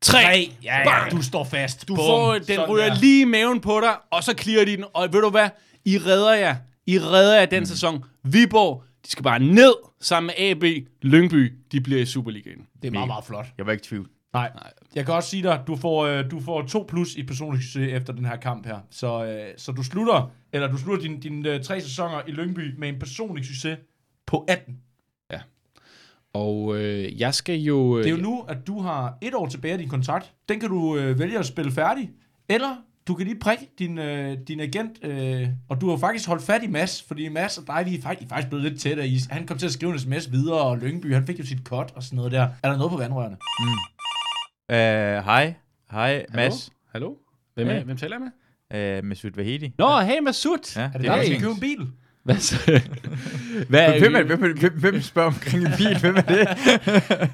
B: Tre!
D: Ja, ja. Du står fast. Du
B: Du får, øh, den ryger lige i maven på dig, og så clearer de den. Og ved du hvad? I redder jer. I redder jer den mm. sæson. Viborg, de skal bare ned sammen med AB. Lyngby, de bliver i Superligaen.
D: Det er meget, meget flot.
C: Jeg var ikke i tvivl.
D: Nej. Jeg kan også sige dig, du får, øh, du får to plus i personlig succes efter den her kamp her. Så, øh, så du slutter, eller du slutter dine din, øh, tre sæsoner i Lyngby med en personlig succes på 18.
B: Og øh, jeg skal jo... Øh,
D: Det er jo nu, at du har et år tilbage af din kontrakt. Den kan du øh, vælge at spille færdig, eller du kan lige prikke din, øh, din agent, øh, og du har faktisk holdt fat i Mads, fordi Mads og dig, vi er faktisk, I er faktisk blevet lidt tættere. I, han kom til at skrive en sms videre, og Lyngby, han fik jo sit cut og sådan noget der. Er der noget på vandrørene?
C: Øh, Hej. Hej, Mads.
B: Hallo? Hvem, er,
C: Hey.
B: hvem taler jeg med?
C: Øh, Masud Vahedi.
B: Nå, hey Masud!
C: Ja,
D: Er det,
C: er
D: der, der skal
C: fint.
D: købe en bil?
B: Hvad (laughs) så? Hvad er
C: Hvem, er, hvem, er- hvem, hvem spørger omkring en bil? Hvem er det?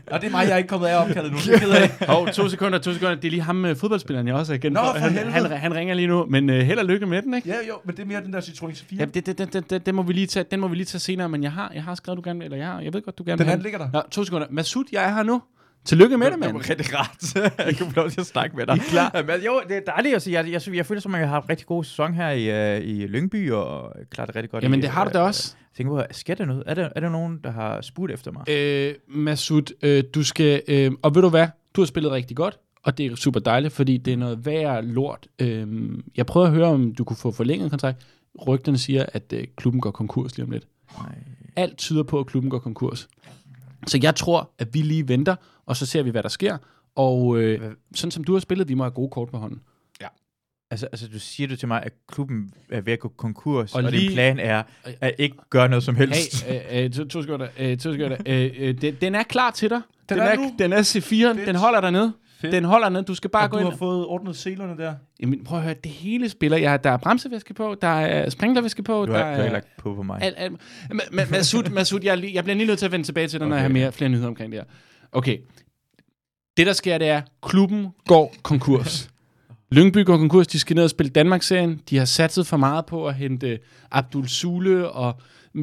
D: Og det er mig, jeg er ikke kommet af opkaldet nu. Det keder jeg.
B: Hov, to sekunder, to sekunder. Det er lige ham med fodboldspilleren, jeg også er igen.
D: Nå, for
B: han,
D: helvede.
B: han, han ringer lige nu, men uh, held og lykke med den, ikke?
D: Ja, jo, men det er mere den der Citroën C4.
B: Ja, det, det, det, det, det, det må vi lige tage, den må vi lige tage senere, men jeg har, jeg har skrevet, du gerne vil- eller jeg, har, jeg ved godt, du gerne
D: Den
B: vil
D: anden ligger der.
B: Nå, to sekunder. Masud, jeg er her nu. Tillykke med det,
C: Det
B: mand.
C: var (laughs) rigtig rart. jeg kunne få lov til at snakke med dig. Klar. Men, jo, det er dejligt at sige. Jeg, jeg, jeg, jeg føler, som jeg har haft rigtig god sæson her i, øh, i Lyngby, og klarer det rigtig godt.
B: Jamen,
C: i,
B: det har du da
C: øh,
B: også.
C: Jeg tænker på, sker der noget? Er der, er der nogen, der har spurgt efter mig?
B: Øh, Masud, øh, du skal... Øh, og ved du hvad? Du har spillet rigtig godt, og det er super dejligt, fordi det er noget værre lort. Øh, jeg prøvede at høre, om du kunne få forlænget kontrakt. Rygterne siger, at øh, klubben går konkurs lige om lidt. Nej. Alt tyder på, at klubben går konkurs. Så jeg tror, at vi lige venter, og så ser vi, hvad der sker. Og øh, sådan som du har spillet, vi må have gode kort på hånden.
C: Altså, altså, du siger du til mig, at klubben er ved at gå konkurs,
B: Og
C: og, og
B: lige-
C: din plan er at ikke gøre noget som helst.
B: Hey, øh, øh, to, to sekunder. Øh, to
D: (laughs)
B: sekunder. Øh, øh, den, den er klar til dig. Den,
D: er
B: er,
D: nu.
B: den er C4'en. Den holder dig ned.
D: Fedt.
B: Den holder ned. Du skal bare
D: Og
B: gå
D: du
B: ind.
D: har fået ordnet selerne der.
B: Jamen, prøv at høre, det hele spiller. Jeg, har- der er bremsevæske på, der er sprinklervæske på,
C: Du
B: der
C: har, du har
B: er...
C: ikke lagt på på mig.
B: Alt, alt. Ma- ma- Masud, Masud jeg, er lige- jeg bliver lige nødt til at vende tilbage til dig, okay. når jeg har mere, flere nyheder omkring det her. Okay. Det, der sker, det er, klubben går
C: (laughs)
B: konkurs. Lyngby går konkurs, de skal ned og spille Danmarksserien. De har satset for meget på at hente Abdul Sule og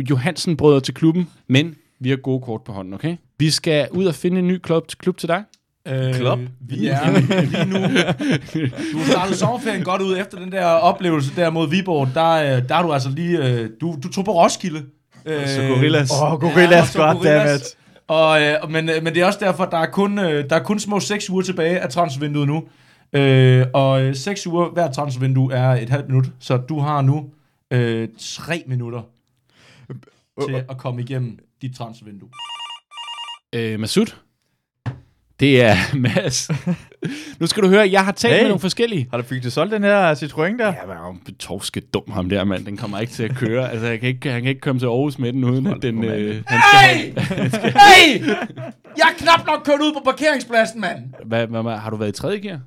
B: Johansen brødre til klubben, men vi har gode kort på hånden, okay? Vi skal ud og finde en ny klub, klub til dig.
D: Øh,
C: Klop.
D: Vi er (laughs) lige nu. Du har startet sommerferien godt ud efter den der oplevelse der mod Viborg. Der, øh, der er du altså lige... øh, Du, du tog på Roskilde. Øh,
C: Så gorillas. Åh,
D: Ja, og
C: gorillas,
D: så
C: ja, goddammit.
D: Gorillas. Og, øh, men, øh, men det er også derfor, der er kun, øh, der er kun små 6 uger tilbage af transfervinduet nu. Øh, og øh, 6 uger hver transfervindue er et halvt minut, så du har nu øh, 3 minutter
C: Øh,
D: til at komme igennem dit transfervindue.
B: Øh, Masud? Det er (laughs) Mads. nu skal du høre, jeg har talt hey.
C: Hey.
B: med nogle forskellige.
C: Har du fik du solgt den her Citroën der?
B: Jeg var jo betovske dum, ham der, mand. Den kommer ikke til at køre. (laughs) altså, han kan ikke, han kan ikke komme til Aarhus med den, uden at den... Øh, han skal
D: Hey! hey! Jeg er knap nok kørt ud på parkeringspladsen, mand.
B: hvad, hvad, hvad, har du været i tredje gear?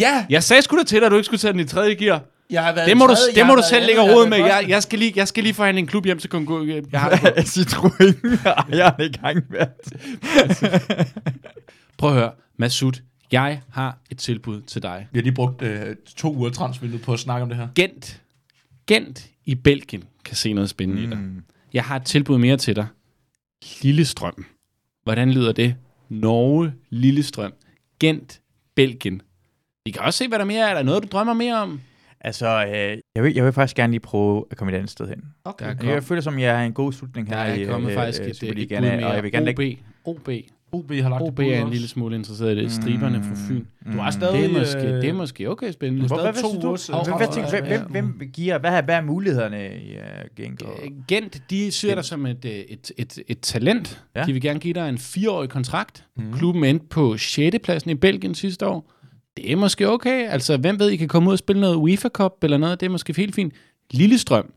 D: Ja,
B: Jeg sagde sgu da til dig, at du ikke skulle tage den i tredje gear.
D: Jeg har været
B: Det
D: i
B: må du,
D: tredje, jeg
B: det må
D: har
B: du
D: været i
B: selv
D: anden,
B: ligge og
D: jeg har
B: rode med.
D: været i
B: Jeg,
D: første.
B: jeg, skal lige, jeg skal lige forhandle en klub hjem til Kongo. øh, Jeg har
C: (laughs)
B: (laughs)
C: Citroën ejeren i gang med.
B: Prøv at høre, Masud, jeg har et tilbud til dig.
D: Vi har lige brugt øh, to uger transvindet på at snakke om det her.
B: Gent, Gent i Belgien kan se noget spændende mm. i dig. Jeg har et tilbud mere til dig. Lillestrøm. Hvordan lyder det? Norge, Lillestrøm, Gent, Belgien. Vi kan også se, hvad der mere er. Er der noget, du drømmer mere om?
C: Altså, øh, jeg, vil, jeg vil faktisk gerne lige prøve at komme et andet sted hen.
B: Okay.
C: Kom. Jeg føler, som jeg er en god slutning her.
B: Der er kommet faktisk et, øh, et, et bud
C: Superligaen, og jeg vil gerne
B: mere. OB,
C: lægge...
B: OB,
D: OB har lagt
B: OB
D: det
B: er en lille smule interesseret i det. Striberne fra Fyn.
D: Du har
B: Mm. Det
D: stadig...
B: er måske,
D: øh,
B: det er måske okay spændende.
D: Hvor-
C: Hvad,
D: stadig
C: hvad,
D: to
C: synes du?
D: uger
C: Hvem-
D: siden.
C: Hvad, tænker, hvem, hvem, hvem giver, hvad, er, hvad er mulighederne i uh, Genk? og-
B: Øh, Gent, de ser dig som et, øh, et, et, et talent. Ja.
C: Ja.
B: De vil gerne give dig en fireårig kontrakt. Mm. Klubben endte på 6. pladsen i Belgien sidste år. Det er måske okay. Altså, hvem ved, I kan komme ud og spille noget UEFA Cup eller noget. Det er måske helt fint. Lillestrøm,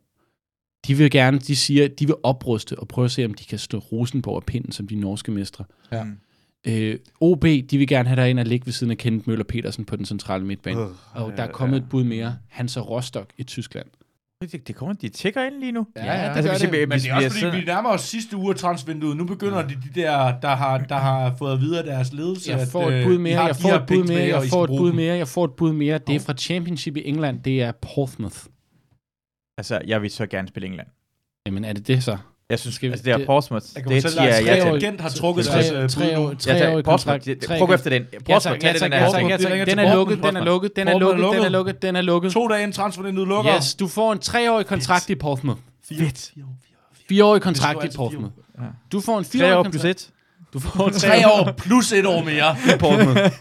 B: de vil gerne, de siger, de vil opruste og prøve at se, om de kan slå Rosenborg af pinden som de norske mestre.
D: Ja.
B: Øh, OB, de vil gerne have dig ind og ligge ved siden af Kenneth Møller Petersen på den centrale midtbane. Uh, og der er kommet ja. et bud mere. Hansa Rostock i Tyskland.
C: Det, det kommer, de tigger ind lige nu.
B: Ja, ja, det
C: altså,
B: gør
C: hvis
B: det.
C: jeg-
D: Men
C: hvis
D: det er
C: jeg
D: også fordi, vi
C: sidder-
D: nærmer os sidste uge af transvinduet. Nu begynder de, de der, der har, der har fået videre deres ledelse.
B: Jeg får
D: at,
B: et
D: øh,
B: bud
D: I
B: mere,
D: har
B: jeg
D: de
B: får
D: her
B: et bud
D: penge
B: mere,
D: tilbage, og
B: jeg
D: I
B: får
D: skal
B: et
D: bruge
B: bud
D: dem.
B: mere, jeg får et bud mere. Det er fra Championship i England, det er Portsmouth.
C: Altså, jeg vil så gerne spille England.
B: Jamen er det det så?
C: Jeg synes,
B: Skal vi-
C: altså, det er
B: det-
C: Portsmouth.
D: Jeg
C: Det
D: kan fortælle
C: siger
D: dig,
C: jeg
D: at
C: ja
D: tre
C: til.
B: treårig-
D: agent har trukket
B: Tre-
D: deres øh, bud
B: tre
D: nu.
B: år-
C: Jeg
B: Treårig
C: tager
B: kontrakt.
C: Portsmouth.
B: Tre-
C: Det- Prøv efter den.
B: Ja
C: Portsmouth,
B: tak,
C: tag
B: ja
C: den
B: tak,
C: der.
B: ja tak, ja
D: Portsmouth.
B: tak.
D: Det
B: Den
D: ringer
B: er
D: til
B: lukket, den er
D: Portsmouth.
B: lukket, den er
D: Portsmouth er
B: lukket, den er
D: lukket.
B: lukket, den er lukket.
D: To dage inden transvinduet lukker.
B: Yes, du får en treårig kontrakt i Portsmouth.
D: Fedt.
B: Fireårig
D: Det
B: kontrakt
D: står
B: i
D: altså
B: Portsmouth. Du får en
C: Tre år
B: fireårig
C: plus
B: kontrakt.
C: et.
B: Du får en
D: Tre
B: treårig.
D: år plus et år mere.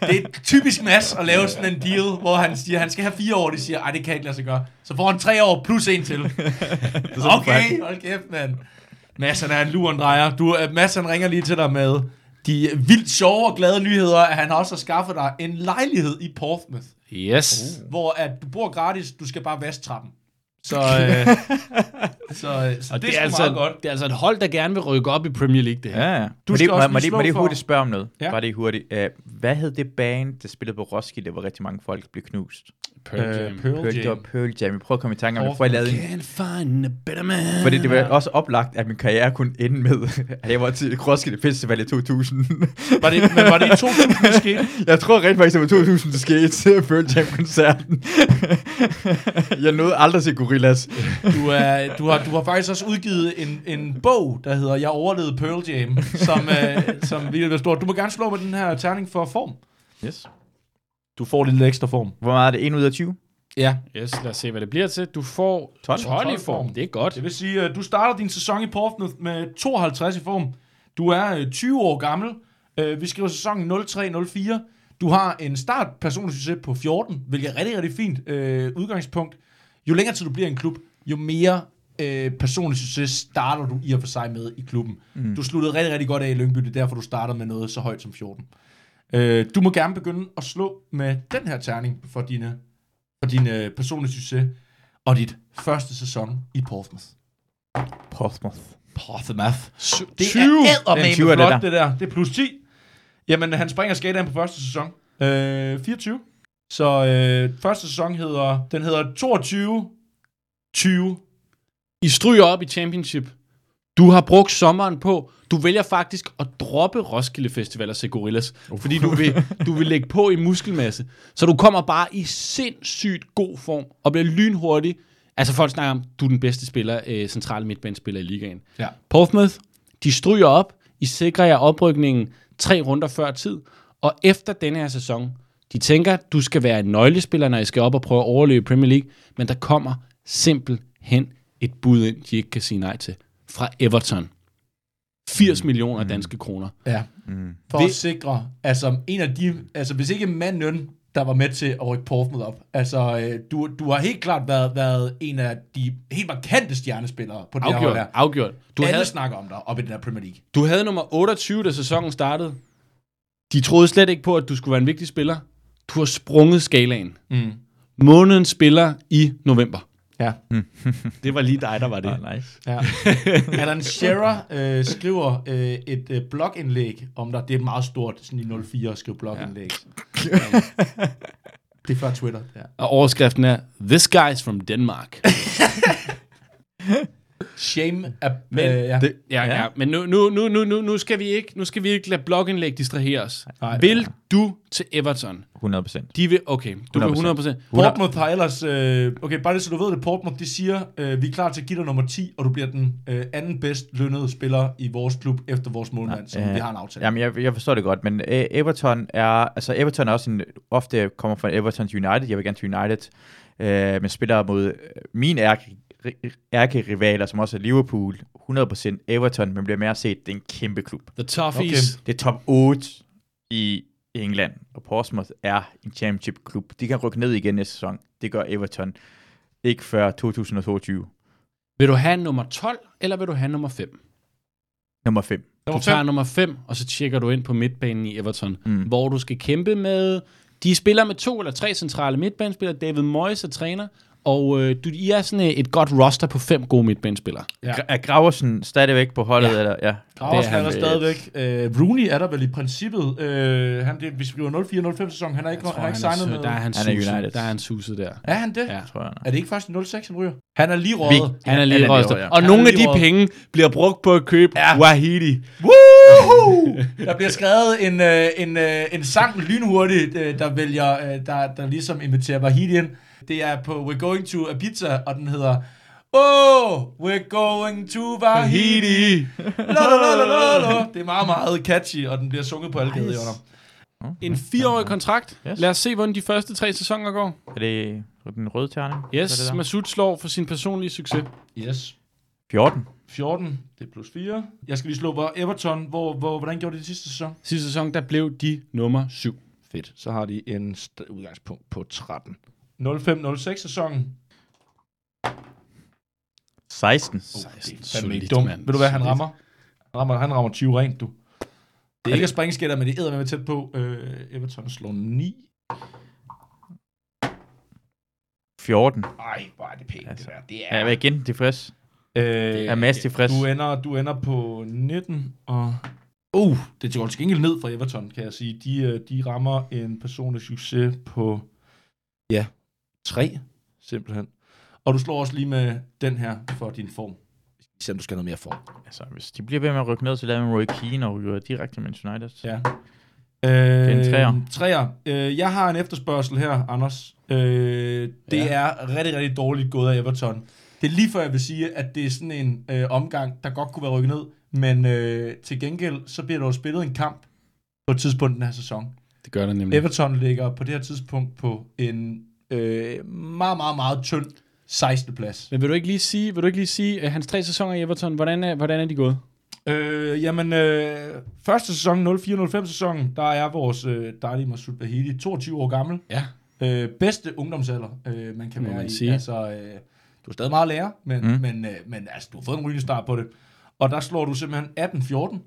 D: det er typisk Mads at lave sådan en deal, hvor han siger, han skal have fire år. De siger, ej, det kan ikke lade sig gøre. Så får han tre år plus en (laughs) til. okay, hold kæft, mand. Mads, han er en luren drejer. Du, øh, Mads, han ringer lige til dig med de vildt sjove og glade nyheder, at han også har skaffet dig en lejlighed i Portsmouth,
B: Yes.
C: Uh.
D: hvor at du bor gratis, du skal bare vaske trappen. Så, (laughs) øh, så, øh, så
B: Det
D: det, det er
B: er,
D: altså, meget godt.
B: altså, det er altså et hold, der gerne vil rykke op i Premier League, det her.
C: Ja, ja.
D: Du
C: Du må,
D: skal
C: det,
D: også
C: må, må,
D: lige
C: det, må det
D: slå
C: hurtigt
D: for-
C: spørge om noget?
D: Ja.
C: Ja. Bare det hurtigt. Uh, hvad hed det band, der spillede på Roskilde, hvor rigtig mange folk blev knust?
B: Øh, Pearl Jam.
C: Pearl, det var Pearl Jam. Jeg prøver at komme i tanke om det, for jeg lavede en...
B: Can't find a better man.
C: Fordi det var også oplagt, at min karriere kunne ende med, (laughs) at jeg var til Roskilde Festival i 2000.
D: Var det, men var det i 2000, det skete?
C: (laughs) jeg tror rent faktisk, at det var 2000, det skete til Pearl Jam-koncerten. (laughs) jeg nåede aldrig at se Gorillaz.
D: Du, er, du, har, du har faktisk også udgivet en, en bog, der hedder Jeg overlevede Pearl Jam, som, øh, som virkelig er stort. Du må gerne slå med den her terning for form.
C: Yes.
D: Du får lidt ekstra form.
C: Hvor meget er det? 1 ud af 20?
D: Ja.
B: Yes, lad os se, hvad det bliver til. Du får 12, 12 i form. Det er godt.
D: Det vil sige, at du starter din sæson i Portsmouth med 52 i form. Du er øh, 20 år gammel. Øh, Vi skriver sæsonen 0304. Du har en start personlig succes på 14, hvilket er rigtig, rigtig fint øh, udgangspunkt. Jo længere tid du bliver i en klub, jo mere øh, personlig succes starter du i og for sig med i klubben. Mm. Du sluttede rigtig, rigtig godt af i Lyngby, det er derfor, du starter med noget så højt som 14. Øh, du må gerne begynde at slå med den her terning for, dine, for din øh, personlige succes og dit første sæson i Portsmouth.
C: Portsmouth.
D: Portsmouth. Det
B: 20.
D: er
C: Den 20
D: eddermame
C: er det
D: flot, det der. Det er plus 10. Jamen, han springer skadaen på første sæson. Øh, 24. Så øh, første sæson hedder, den hedder 22 20.
B: I stryger op i championship. Du har brugt sommeren på. Du vælger faktisk at droppe Roskilde Festival og se Gorillas, fordi du vil, du vil lægge på i muskelmasse. Så du kommer bare i sindssygt god form og bliver lynhurtig. Altså folk snakker om, du er den bedste spiller, øh, central midtbanespiller i ligaen.
D: Ja.
B: Portsmouth, de stryger op. I sikrer jer oprykningen tre runder før tid. Og efter denne her sæson, de tænker, du skal være en nøglespiller, når I skal op og prøve at overleve Premier League. Men der kommer simpelthen et bud ind, de ikke kan sige nej til. Fra Everton. 80
D: Mm.
B: millioner danske kroner.
D: Ja.
C: Mm.
D: For
B: Det-
D: at sikre, altså en af de, altså hvis ikke manden, der var med til at rykke Portsmouth op. Altså, øh, du, du har helt klart været, været en af de helt markante stjernespillere på det her hold
B: Afgjort,
D: her.
B: afgjort. Du
D: Du Alle
B: havde,
D: havde... snakker om dig op i den her Premier League.
B: du havde nummer 28, da sæsonen startede. De troede slet ikke på, at du skulle være en vigtig spiller. Du har sprunget skalaen.
D: Mm.
B: Månedens spiller i november.
D: Ja.
B: Det var lige dig, der var det.
C: Ah,
B: (laughs)
C: nice.
D: Ja. Alan Shearer øh, skriver øh, et øh, blogindlæg om dig. Det er meget stort, sådan i 04 at skrive blogindlæg. Ja. Det er før Twitter. Ja.
B: Og overskriften er, This guy's from
D: (laughs)
B: Denmark.
D: Shame. ab-
B: Men
D: øh, ja.
C: det-
B: Ja, ja.
C: Ja.
B: ja. men nu, nu, nu, nu, nu, nu, skal vi ikke, nu skal vi ikke lade blogindlæg distrahere os.
D: Nej.
B: Vil du til Everton?
C: 100%.
B: De vil, okay, du 100%.
C: 100%.
B: vil 100%.
D: Portmouth har ellers... Øh, okay, bare det, så du ved det. Portmouth, de siger, øh, vi er klar til at give dig nummer 10, og du bliver den øh, anden bedst lønnede spiller i vores klub efter vores målmand, som
C: øh,
D: vi har en aftale.
C: Jamen, jeg, jeg forstår det godt, men øh, Everton er, altså Everton er også en, ofte kommer fra Everton til United, jeg vil gerne til United, øh, men spiller mod øh, mine ærke- ri- ærkerivaler, som også er Liverpool, 100% Everton, men bliver mere set, det er en kæmpe klub.
B: The Toffees.
C: Det er top 8 i England, og Portsmouth er en championship-klub. De kan rykke ned igen næste sæson. Det gør Everton. Ikke før 2022.
B: Vil du have nummer 12, eller vil du have nummer 5?
C: Nummer 5.
B: Du
D: Nummer
B: tager
D: fem.
B: nummer 5, og så tjekker du ind på midtbanen i Everton, mm.
C: Mm.
B: hvor du skal kæmpe med... De spiller med to eller tre centrale midtbanespillere. David Moyes er træner, og øh, du, I er sådan øh, et godt roster på fem gode midtbanespillere.
D: Ja.
C: Ja. Er Graversen stadigvæk på holdet?
B: Ja.
C: Ja. Eller? Ja.
D: Gravers
B: Det er
D: han er
B: han,
D: stadigvæk. Øh, Rooney er der vel i princippet. Øh, han, det, vi skriver 04-05 sæson. Han er ikke, tror, han er ikke signet
B: han er,
D: noget.
B: der er han,
C: Han er
B: suset,
C: United.
B: Der er han suset der.
D: Er han det?
B: Ja.
D: Ja.
C: Tror jeg.
D: Er det ikke faktisk en 06, han ryger? Han er lige
C: Vi-
D: røget.
B: Han er
C: han
B: lige
C: er lige
B: røget.
C: røget, ja.
B: Og
D: Han er
B: nogle af
D: lige
B: de
D: røget.
B: penge bliver brugt på at købe ja. Wahidi.
D: Woohoo! Der bliver skrevet en, øh, en, øh, en sang lynhurtigt, øh, der vælger, øh, der, der ligesom inviterer Vahidi ind. Det er på We're Going to Ibiza, og den hedder Oh, we're going to Vahidi. La, la, la, la, la, la. Det er meget, meget catchy, og den bliver sunget på alle nice. under.
B: En fireårig kontrakt. Yes.
C: Yes.
B: Lad os se, hvordan de første tre sæsoner går.
C: Er det den røde terne?
B: Yes,
C: Er det der?
B: Masud slår for sin personlige succes.
D: Yes.
C: 14.
D: 14, det er plus 4. Jeg skal lige slå på Everton. Hvor, hvor, hvordan gjorde de det sidste sæson?
B: Sidste sæson, der blev de nummer syv.
E: Fedt. Så har de en st- udgangspunkt på 13.
D: 05-06 sæsonen.
C: 16.
D: Det
B: 16.
D: er fandme ikke dumt. Ved du hvad, han rammer? Han rammer, han rammer 20 rent, du. Det er ikke at springskætter, men det æder med tæt på. Øh, Everton slår 9.
C: 14.
D: Ej, hvor er det pænt, altså,
C: Altså,
D: det der. Det
C: Ja. Er jeg igen tilfreds?
D: øh,
C: Er Mads tilfreds?
D: du, ender, du ender på 19, og... Uh, det går til gengæld ned for Everton, kan jeg sige. De, øh, de rammer en personlig succes på... Ja, 3, simpelthen. Og du slår også lige med den her for din form. Selvom du skal have noget mere form.
C: Altså, hvis de bliver ved med at rykke ned, så lader man Roy Keane og ryger direkte med United.
D: Ja. Øh,
C: en træer.
D: Træer. Øh, jeg har en efterspørgsel her, Anders. Øh, det
B: Ja.
D: ja. er rigtig, rigtig dårligt gået af Everton. Det er lige før, jeg vil sige, at det er sådan en øh, omgang, der godt kunne være rykket ned, men øh, til gengæld, så bliver der jo spillet en kamp på et tidspunkt i den her sæson.
B: Det gør der
C: Mm.
B: nemlig.
D: Everton ligger på det her tidspunkt på en øh, meget, meget, meget tynd 16. plads.
B: Men vil du ikke lige sige, vil du ikke lige sige uh, hans tre sæsoner i Everton, hvordan er, hvordan er de gået?
D: Øh, jamen, øh, første sæson, 04-05 sæsonen, der er vores øh, dejlige Masoud Bahidi, 22 år gammel.
B: Ja.
D: Øh, bedste ungdomsalder, øh, man kan
B: Må
D: være
B: man
D: i.
B: sige.
D: Altså, øh, du er stadig meget lærer, men, mm.
C: Mm.
D: men, øh, men altså, du har fået en rygende start på det. Og der slår du simpelthen 18-14.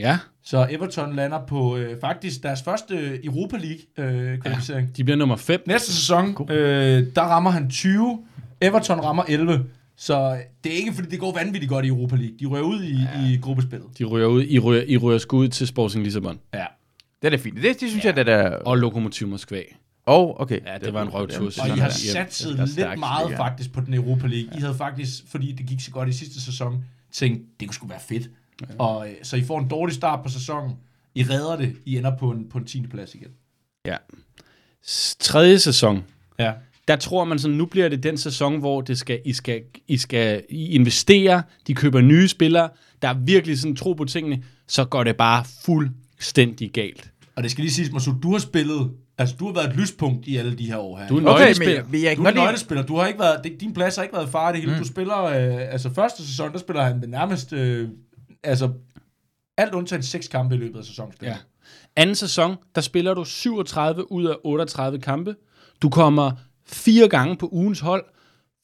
B: Ja.
D: Så Everton lander på øh, faktisk deres første øh, Europa League-kvalificering. Øh,
B: De bliver nummer 5.
D: ja. Næste sæson, øh, der rammer han 20. Everton rammer 11. Så øh, det er ikke, fordi det går vanvittigt godt i Europa League. De rører ud i, ja. i gruppespillet.
B: De ryger ud, I ryger, I ryger skud til Sporting Lissabon.
D: Ja.
C: Det er da fint. Det, det synes ja. jeg, det er da...
B: Og Lokomotiv Moskva.
C: Og, okay.
B: Ja, det var en røvtur,
C: Jamen,
D: Og
B: Sådan
D: I har
B: der. Jamen,
D: satset
C: det er
D: lidt
C: stærkt,
D: meget
C: ja.
D: faktisk på den Europa League. I havde faktisk, fordi det gik så godt i sidste sæson, tænkt, det kunne sgu være fedt. Ja. Og, øh, så I får en dårlig start på sæsonen. I redder det. I ender på en, på en 10. plads igen.
B: Ja. S- Tredje sæson.
D: Ja.
B: Der tror man sådan, nu bliver det den sæson, hvor det skal, I, skal, I skal I investere, de køber nye spillere, der er virkelig sådan tro på tingene, så går det bare fuldstændig galt.
D: Og det skal lige siges, Masud, du har spillet, altså du har været et lyspunkt i alle de her år her.
B: Du er en
C: Okay, men
B: nøglespiller.
C: jeg, jeg, jeg kan
D: du er en
C: godt lide...
D: nøglespiller. Du har ikke været, det, din plads har ikke været far det hele. Mm. Du spiller, øh, altså første sæson, der spiller han nærmest, øh, altså alt undtagen seks kampe i løbet af sæsonen.
B: Ja. Anden sæson, der spiller du 37 ud af 38 kampe. Du kommer fire gange på ugens hold.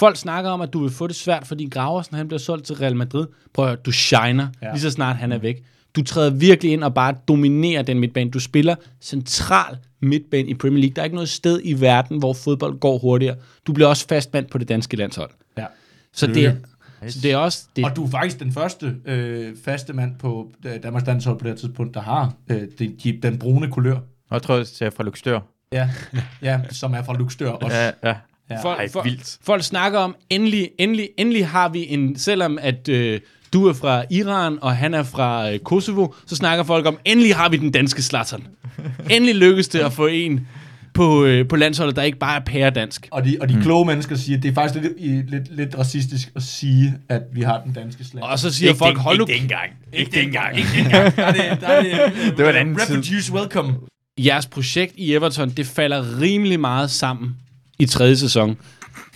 B: Folk snakker om, at du vil få det svært, fordi Graversen han bliver solgt til Real Madrid. Prøv at høre, du shiner, ja.
D: Ja.
B: lige så snart han er væk. Du træder virkelig ind og bare dominerer den midtbane. Du spiller central midtbane i Premier League. Der er ikke noget sted i verden, hvor fodbold går hurtigere. Du bliver også fastmand på det danske landshold.
D: ja.
B: Så det, er, så det er også... Det,
D: Og du er faktisk den første øh, faste mand på øh, Danmarks Landshold på det her tidspunkt, der har øh, de, de, den brune kulør.
C: Og jeg tror, jeg ser fra Lykstør.
D: Ja, ja som er fra Luxdør også.
C: Ja,
D: Ja.
C: ja.
B: Folk,
C: Ej,
B: folk,
C: vildt.
B: folk snakker om, endelig, endelig, endelig har vi en, selvom at øh, du er fra Iran, og han er fra øh, Kosovo, så snakker folk om, endelig har vi den danske (laughs) slattern. endelig lykkes det at få en på, øh, på landsholdet, der ikke bare er pæredansk.
D: Og de, og de kloge mennesker siger, at det er faktisk lidt, i- lidt, lidt racistisk at sige, at vi har den danske slag.
B: Og så siger ikke folk, hold nu...
C: dengang. Ikke dengang.
D: Der er det, der er (laughs) det,
C: Det var en anden tid.
D: Refugees welcome.
B: Jeres projekt i Everton, det falder rimelig meget sammen i tredje sæson.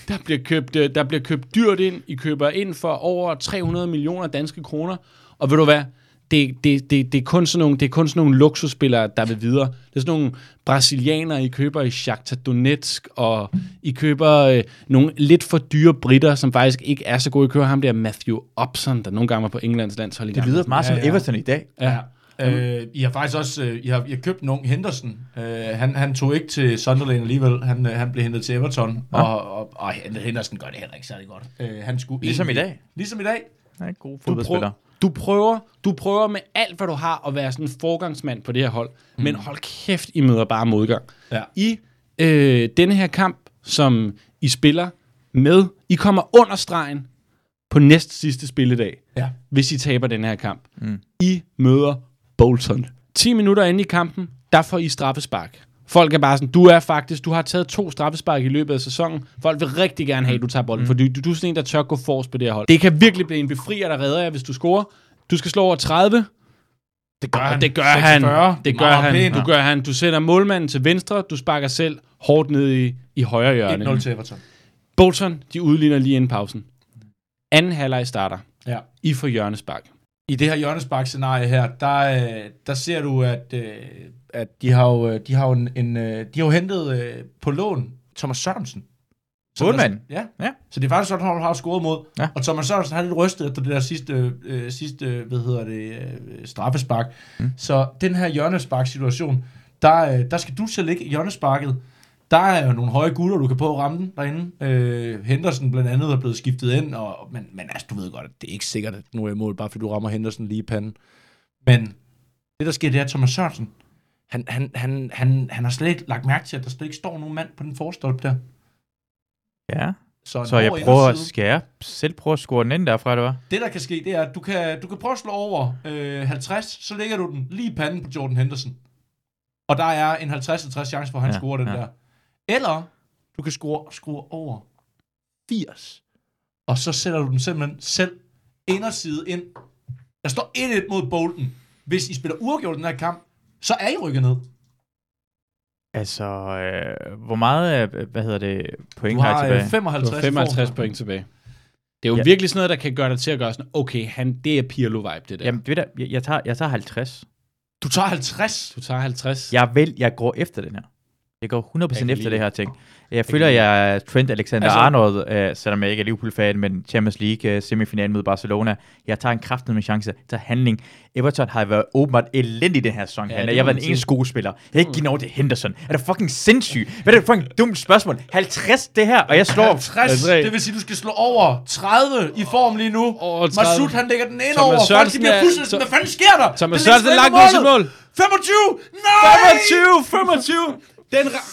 B: Der bliver, købt, øh, der bliver købt dyrt ind. I køber ind for over 300 millioner danske kroner. Og ved du hvad? Det, det, det, det, er kun sådan nogle, det er kun sådan nogle luksusspillere, der vil videre. Det er sådan nogle brasilianere, I køber i Shakhtar Donetsk, og I køber øh, nogle lidt for dyre britter, som faktisk ikke er så gode. I køber ham der Matthew Upson, der nogle gange var på Englands landshold. i
C: Det
B: gamle
C: lyder meget som
D: Ja, ja.
C: Everton i dag.
D: Ja. Øh, I har faktisk også øh, I har, I har købt en ung Henderson. Øh, han, han tog ikke til Sunderland alligevel. Han, øh, han blev hentet til Everton. Ja. Og, og, og Henderson gør det heller ikke særlig godt. Øh, han skulle
C: Ligesom i
D: egentlig-
C: dag.
D: Ligesom i dag.
C: Ja, gode
B: Du prøver,
C: fodboldspillere.
B: du, prøver, du prøver med alt, hvad du har, at være sådan en forgangsmand på det her hold. Mm. Men hold kæft, I møder bare modgang.
D: Ja.
B: I øh, denne her kamp, som I spiller med, I kommer under stregen på næst sidste spilledag,
D: Ja.
B: hvis I taber den her kamp. Mm. I møder Bolton. 10 minutter inde i kampen, der får I straffespark. Folk er bare sådan, du er faktisk, du har taget to straffespark i løbet af sæsonen. Folk vil rigtig gerne have,
D: Mm.
B: at du tager bolden, for du, du, du er sådan en, der tør gå forrest på det her hold. Det kan virkelig blive en befrier, der redder jer, hvis du scorer. Du skal slå over 30.
D: Det gør
B: Og det gør han. Det gør
D: Meget
B: han.
D: pænt.
B: Du gør han. Du sender målmanden til venstre. Du sparker selv hårdt ned i, i højre hjørne.
D: 1-0 til Everton.
B: Bolton, de udligner lige inden pausen. Anden halvleg starter.
D: Ja.
B: I får hjørnespark.
D: I det her hjørnespark-scenarie her, der, øh, der ser du, at, øh, at de har jo, øh, de har jo, en, en, øh, de har jo hentet øh, på lån Thomas Sørensen. Som
C: Målmanden?
D: er- Ja.
C: Ja.
D: ja. Så det er faktisk sådan, han har scoret mod.
C: Ja.
D: Ja. Og Thomas Sørensen har lidt rystet efter det der sidste, øh, sidste øh, hvad hedder det, øh, straffespark. Mm. Så den her hjørnespark-situation, der, øh, der skal du selv ligge i hjørnesparket. Der er jo nogle høje gutter, du kan på at ramme den derinde. Øh, Henderson blandt andet er blevet skiftet ind, og, men, men altså, du ved godt, at det er ikke sikkert, at nu er i mål, bare fordi du rammer Henderson lige i panden. Men det, der sker, det er, at Thomas Sørensen, han, han, han, han, han har slet ikke lagt mærke til, at der slet ikke står nogen mand på den forstolpe der.
C: Ja.
D: Så, en
C: Så jeg
D: hård
C: prøver at
D: inderside.
C: skære. Selv prøver at score den ind derfra, det var.
D: Det, der kan ske, det er, at du kan, du kan prøve at slå over øh, 50, så lægger du den lige i panden på Jordan Henderson. Og der er en 50-50 chance for, at han
C: Ja,
D: ja, scorer den
C: ja.
D: ja. der. Eller du kan score, score over 80. Og så sætter du den simpelthen selv inderside ind. Der står 1-1 mod Bolton. Hvis I spiller uafgjort i den her kamp, så er I rykket ned.
C: Altså, øh, hvor meget, øh, hvad hedder det, point
D: Du
C: har jeg
D: har øh,
C: tilbage?
D: 55,
B: Du har 55
D: for-
B: point tilbage. Det er jo
C: Ja.
B: ja. virkelig sådan noget, der kan gøre dig til at gøre sådan, okay, han, det er Pirlo-vibe, det der. Jamen.
C: Jamen, ved du, jeg, jeg, tager, jeg tager 50.
D: Du tager 50.
B: Du tager 50.
C: Jeg vil, jeg går efter den her. Jeg går 100%
B: Jeg kan
C: efter
B: lide
C: det her ting. Jeg føler, jeg er Trent Alexander-Arnold, altså, øh, selvom jeg ikke er Liverpool-fan, men Champions League øh, semifinalen mod Barcelona. Jeg tager en kraftig med chance. Jeg tager handling. Everton har været åbenbart elendig i den her sæson. Ja,
B: det
C: jeg har
B: må
C: været
B: man
C: den
B: sige.
C: eneste gode spiller. Jeg har ikke givet over til Henderson. Er det fucking sindssyg? Hvad er det for en dumt spørgsmål? 50 det her, og jeg slår...
D: 50, det vil sige, du skal slå over 30 i form lige nu.
B: Over 30.
D: Masud, han lægger den ind
B: Thomas
D: over. Folk, de
B: Sørensen
D: bliver
B: er-
D: fuldstændig,
B: Tho-
D: hvad fanden sker der?
B: Thomas
D: Det er
B: Sørensen er langt
D: længst væk
B: ud til
D: målet.
B: mål.
D: 25! Nej!
B: 25, 25. Den, ra-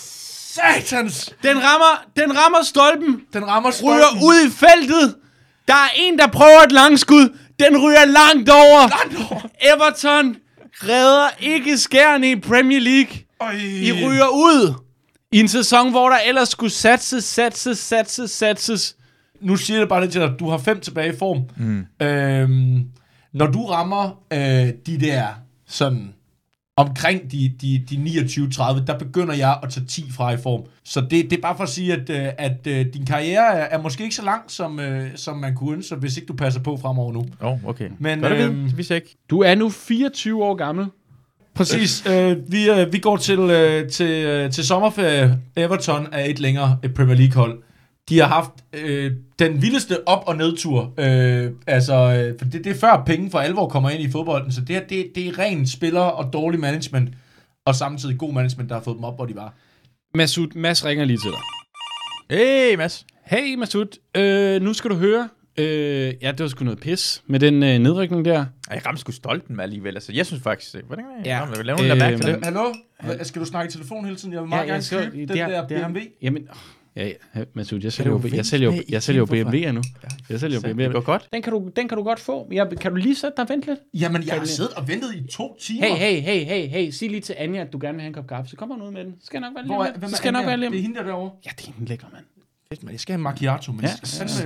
D: Satans!
B: den, rammer, den rammer stolpen.
D: Den rammer
B: ryger
D: stolpen.
B: ud i feltet. Der er en, der prøver et langskud. Den ryger langt over.
D: Langt over.
B: Everton redder ikke skærne i Premier League.
D: Øj.
B: I ryger ud i en sæson, hvor der ellers skulle satses, satses, satses, satses.
D: Nu siger jeg det bare lidt til dig. Du har fem tilbage i form. Mm. Øhm, når du rammer øh, de der sådan omkring de, de, de 29-30, der begynder jeg at tage 10 fra i form. Så det, det er bare for at sige, at, øh, at øh, din karriere er, er måske ikke så lang, som, øh, som man kunne ønske, sig, hvis ikke du passer på fremover nu.
C: Åh, oh, okay.
D: Men,
C: Godt at vide.
D: øhm,
C: Det vidste jeg ikke.
B: Du er nu 24 år gammel.
D: Præcis. Øh, vi, øh, vi går til, øh, til, øh, til sommerferie. Everton er ikke længere et Premier League-hold. De har haft øh, den vildeste op- og nedtur. Øh, altså, øh, for det, det er før penge for alvor kommer ind i fodbolden, så det her, det, det er rent spillere og dårlig management, og samtidig god management, der har fået dem op, hvor de var.
B: Masud, Mads ringer lige til dig.
C: Hey, Mads.
B: Hey Masud, øh, nu skal du høre, Øh, ja, det var sgu noget pis med den øh, nedrykning der.
C: Ej, jeg ramte sgu stolten med alligevel. Altså, jeg synes faktisk... øh, Hvordan er jeg?
B: Ja.
C: Ja. Lad nogen lade mærke til
B: Øhm,
C: det.
D: Hallo? Hallo? Hva- Skal du snakke i telefon hele tiden? Jeg vil meget gerne
B: skal-
D: købe den
B: det er-
D: der
B: det er-
D: BMW.
B: Jamen, åh, ja, ja, Masud, jeg sælger jo,
C: du
B: jeg sælger, jo-
C: vente med
B: jeg sælger jo
C: igen? Hvorfor?
B: BMW'er nu. Jeg sælger jo
C: Så Det
B: BMW'er.
C: går godt.
B: Den kan du, den kan du godt få. Jeg, kan du lige sætte dig og vente lidt?
D: Jamen, jeg har
B: Karoline.
D: siddet og ventet i to
B: Hey,
D: timer.
B: hey, hey, hey, hey. Sig lige til Anja, at du gerne vil have en kop kaffe. Så kommer hun ud med den. Så skal jeg nok være lige
D: Hvor
B: om
D: er,
B: lidt.
D: hvem
B: Så
D: er
B: skal jeg nok
D: hende
B: være lige
D: der?
B: om
D: Det er
B: lidt.
D: hende der derovre.
B: Ja, det er en lækker, mand.
E: Fedt, man. Jeg skal have magt.
D: Macchiato, men
B: Ja.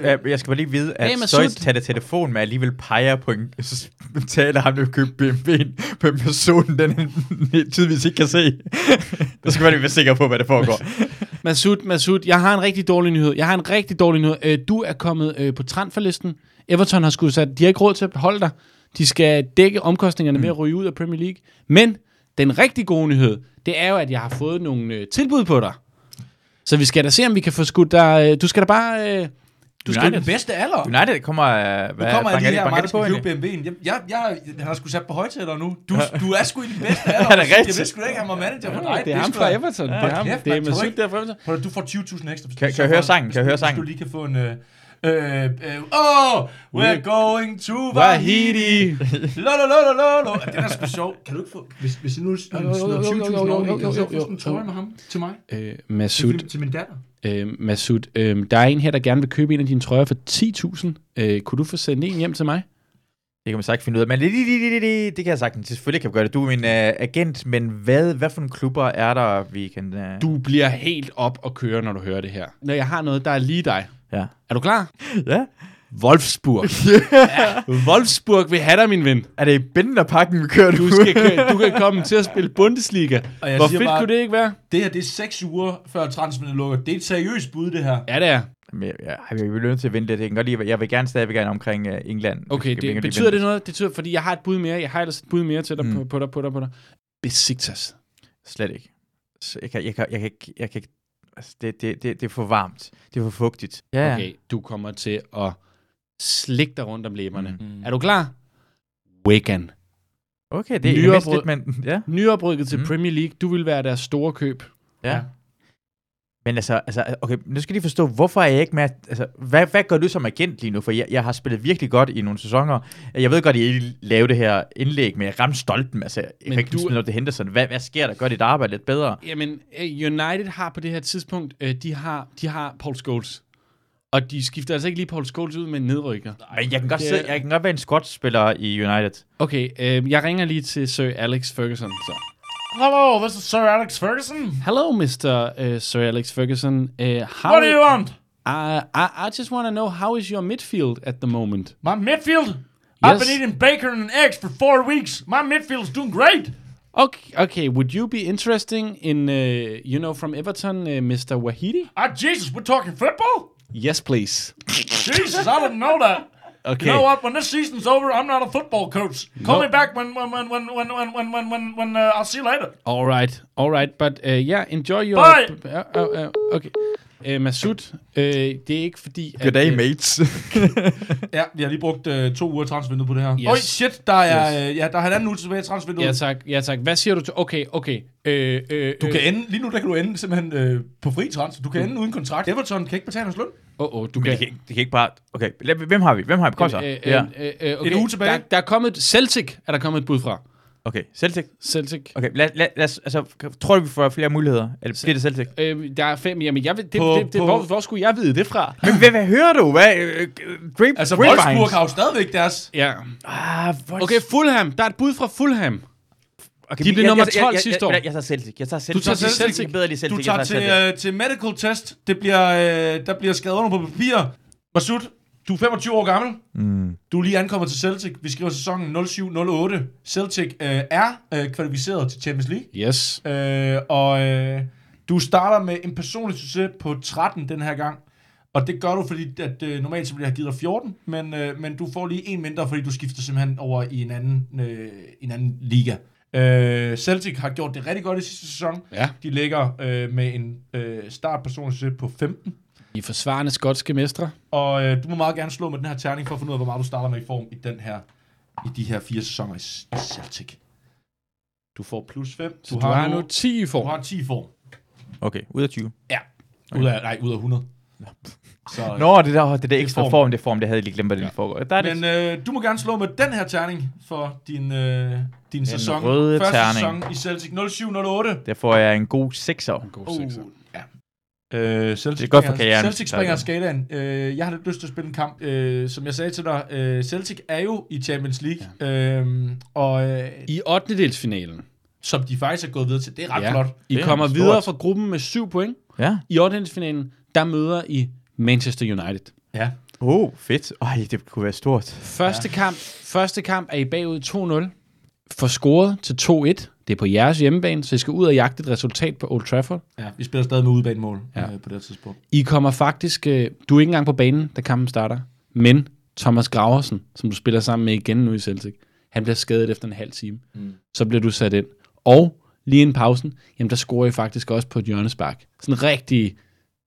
D: ja.
C: Ja, Jeg skal bare lige vide, at
B: Hey, Masoud.
C: Søjs tager telefonen med alligevel peger på en (laughs) taler ham, der vil købe BMW'en på en person, den han (laughs) tydeligvis ikke kan se. Der skal man lige være sikker på, hvad der foregår.
B: Masud, Masud, jeg har en rigtig dårlig nyhed. Jeg har en rigtig dårlig nyhed. Øh, du er kommet øh, på transferlisten. Everton har skudt sat, de har ikke råd til at holde dig. De skal dække omkostningerne ved at ryge ud af Premier League. Men den rigtig gode nyhed, det er jo, at jeg har fået nogle øh, tilbud på dig. Så vi skal da se, om vi kan få skudt dig. Øh, du skal da bare... Øh, du skal,
D: Den bedste alder.
C: (laughs) United kommer... øh,
D: Nu
C: Hvad,
D: kommer jeg
C: banker
D: lige
C: de-
D: her,
C: banker
D: Martin
C: de
D: skal
C: på
D: købe
C: hende?
D: BMW'en. Jeg, jeg, jeg, han har sgu sat på højtaler nu. Du, du er sgu i din bedste alder.
C: Er det
D: Jeg
C: rigtigt?
D: vidste sgu da ikke, at han var manager for dig.
B: det er ham fra Everton. det er ham.
D: kæft,
B: det er
D: mand. Tror du
B: Masud,
D: ikke-
B: der er fra Everton.
D: Prøv at, du får 20.000 ekstra. Hvis
C: Kan-
D: du-
C: kan jeg høre sangen? Kan jeg høre
D: hvis du-
C: sangen?
D: Hvis du lige kan få en... Øh, øh, øh, oh, we're going to Wahidi.
B: Wahidi.
D: Lo, lo, lo, lo, lo, lo. Den er sgu sjov. Kan du ikke få... Hvis, hvis I nu smider
B: jo, jo,
D: 20.000
B: jo,
D: over, i,
B: jo,
D: kan du
B: jo,
D: så få
B: jo,
D: sådan en
B: jo.
D: trøje med ham til mig?
B: Øh,
D: Til,
B: Masud,
D: til min datter?
B: øh, Masud øh, der er en her, der gerne vil købe en af dine trøjer for 10.000. Øh, kunne du få sendt en hjem til mig?
C: (laughs) Det kan man sagt finde ud af, men det, det, det, det, det, det kan jeg sagtens. Selvfølgelig kan vi gøre det. Du er min øh, agent, men hvad, hvad for nogle klubber er der, vi kan... Øh...
B: Du bliver helt op og køre, når du hører det her. Når jeg har noget, der er lige dig.
C: Ja.
B: Er du klar?
C: ja. (laughs)
B: Wolfsburg. Wolfsburg vil have dig, min ven.
C: Er det i Binderparken, vi kører
B: Du,
C: nu?
B: skal, køre- du kan komme til at spille Bundesliga.
D: Og jeg
B: Hvor
D: siger
B: fedt
D: bare-
B: kunne det ikke være?
D: Det her, det er seks uger før transmitten lukker. Det er et seriøst bud, det her.
B: Ja, det er.
C: Jamen, jeg, jeg, jeg, jeg vil nødt til at vente lidt. Jeg, kan godt lide, jeg vil gerne stadigvæk gerne omkring øh, England.
B: Okay,
C: Jeg kan
B: det,
C: godt lide
B: betyder det
C: vente.
B: noget? Det betyder, fordi jeg har et bud mere. Jeg har ellers et bud mere til dig,
C: Mm.
B: på, på dig, på dig, på dig. Besiktas.
C: Slet ikke. Så jeg kan, jeg kan, jeg kan, ikke- jeg kan ikke... Altså, det, det, det, det er for varmt. Det er for fugtigt. Ja,
B: Okay, du kommer til at slikke dig rundt om læberne.
C: Mm.
B: Er du klar? Wigan.
C: okay det er
B: Nyere
C: mindst
B: brød.
C: lidt, men... Ja.
B: Nyoprykket til
C: Mm.
B: Premier League. Du vil være deres store køb.
C: ja. Men altså, altså, okay, nu skal de forstå, hvorfor er jeg ikke med, altså, hvad, hvad gør du som agent lige nu? For jeg, jeg har spillet virkelig godt i nogle sæsoner. Jeg ved godt, at I ikke lavede det her indlæg, men jeg ramte stolten. Altså, jeg
B: Men
C: kan ikke
B: du-
C: du... noget, det henter sådan. Hvad, hvad sker der? Gør dit arbejde lidt bedre?
B: Jamen, øh, United har på det her tidspunkt, øh, de har, de har Paul Scholes. Og de skifter altså ikke lige Paul Scholes ud med en nedrykker.
C: Men jeg kan godt,
B: det-
C: sidde, jeg kan godt være en skotspiller i United.
B: Okay, øh, jeg ringer lige til Sir Alex Ferguson. Så.
D: Hello, this is Sir Alex Ferguson.
B: Hello, Mr. Uh, Sir Alex Ferguson. Uh, how
D: What do you want?
B: I, I, I just want to know, how is your midfield at the moment?
D: My midfield? I've been
B: Yes.
D: eating bacon and eggs for four weeks. My midfield's doing great.
B: Okay, okay would you be interesting in, uh, you know, from Everton, uh, Mr. Wahidi?
D: Ah, Jesus, we're talking football?
B: Yes, please.
D: Jesus, I didn't know that.
B: Okay.
D: You know what? When this season's over, I'm not a football coach. Call
B: No.
D: me back when when when when when when when when, when, when uh, I'll see you later.
B: All right, all right, but uh, yeah, enjoy your...
D: Bye!
B: Uh, uh, uh, okay. Uh, Masud, uh, det er ikke fordi... at, øh,
C: mates.
D: Ja, vi har lige brugt øh, to uger transvinduet på det her.
B: Yes.
D: Yes. Oj, shit, der er, øh, ja, der er halvanden uge tilbage i transvinduet.
B: Ja tak, ja tak. Hvad siger du til... Okay, okay. Øh, øh,
D: Mm. Du kan ende, lige nu der kan du ende simpelthen øh, på fri transfer. Du kan
B: Mm.
D: ende uden kontrakt. Everton kan ikke betale hans løn.
B: Åh, oh, oh, du
C: Men
B: kan...
C: det kan, ikke- det kan ikke bare... Okay, lad- hvem har vi? Hvem har vi? Kom så.
B: Øh, øh,
C: ja.
B: øh, øh, okay.
D: En uge tilbage.
B: Der, der er kommet... Celtic er der kommet et bud fra.
C: Okay, Celtic.
B: Celtic.
C: Okay, lad, lad, lad, os- altså, tror du, vi får flere muligheder? Eller bliver det Celtic?
B: Øh, der er fem... Jamen, jeg ved, det,
D: På-
B: det, det,
D: på-
B: hvor, hvor skulle jeg vide det fra?
C: Men hvad, hvad hører du? Hvad? Øh, grape,
D: Altså, Wolfsburg har jo stadigvæk deres...
B: Ja.
C: Ah, Wolfsburg.
B: Okay, Fulham. Der er et bud fra Fulham.
C: okay,
B: de
C: men
B: blev
C: jeg-
B: nummer
C: jeg- jeg-
B: 12
C: jeg-
B: sidste
C: jeg-
B: år.
C: Jeg, jeg, tager Celtic. Jeg tager Celtic.
B: tager
C: Jeg
B: Celtic.
C: Jeg er bedre lige Celtic.
D: Du
C: jeg
D: tager til,
C: Celtic.
D: øh, til medical test. Det bliver, øh, der bliver skrevet under på papir. Masud, du er 25 år gammel.
C: Mm.
D: Du er lige ankommet til Celtic. Vi skriver sæsonen 07-08. Celtic øh, er øh, kvalificeret til Champions League.
B: Yes.
D: Øh, og øh, du starter med en personlig succes på 13 den her gang. Og det gør du, fordi at, øh, normalt så ville jeg have givet dig 14, men, øh, men du får lige en mindre, fordi du skifter simpelthen over i en anden, øh, en anden liga. Øh, Celtic har gjort det rigtig godt i sidste sæson.
B: Ja.
D: De ligger øh, med en øh, startpersonlig succes på 15.
B: I forsvarende skotske mestre.
D: Og øh, du må meget gerne slå med den her terning for at finde ud af, hvor meget du starter med i form i den her i de her fire sæsoner i S- i Celtic. Du får plus 5. Du,
B: Så du, har, nu 10 i
D: du
B: form.
D: har 10 i form.
C: Okay, ud af 20.
D: Ud af, nej, ud af 100. Så,
C: Nå, det der, det der ekstra
D: form.
C: form. form, det form, det havde jeg lige glemt, hvad det ja. foregår. Der er det
D: Men øh, du må gerne slå med den her terning for din, øh, din sæson.
C: røde
D: Første
C: terning.
D: sæson i Celtic 0708.
C: Der får jeg en god sekser.
E: En god
D: Uh,
E: sekser.
D: ja. Øh, Celtic
C: Det er godt for
D: springer-
C: karrieren.
D: Celtic springer skalaen. Øh, jeg har lidt lyst til at spille en kamp. Øh, som jeg sagde til dig, øh, Celtic er jo i Champions League, ja. øh, og øh,
B: Uh. I 8. delsfinalen.
D: som de faktisk er gået videre til. Det er ret ja. flot.
B: I
C: Det er
B: kommer
C: stort.
B: videre fra gruppen med 7 point.
C: Ja.
B: I 8. delsfinalen, der møder I Manchester United.
D: Ja.
C: Oh, fedt. Ej, det kunne være stort.
B: Første, ja. kamp, første kamp er I bagud 2-0. For scoret til 2-1. Det er på jeres hjemmebane, så I skal ud og jagte et resultat på Old Trafford.
D: ja. Vi spiller stadig med udebanemål
B: Ja.
D: ja. øh, på det her tidspunkt.
B: I kommer faktisk... øh, Du er ikke engang på banen, da kampen starter. Men Thomas Graversen, som du spiller sammen med igen nu i Celtic, han bliver skadet efter en halv time. Mm. Så bliver du sat ind. Og lige inden pausen, jamen der scorer I faktisk også på et hjørnespark. Sådan en rigtig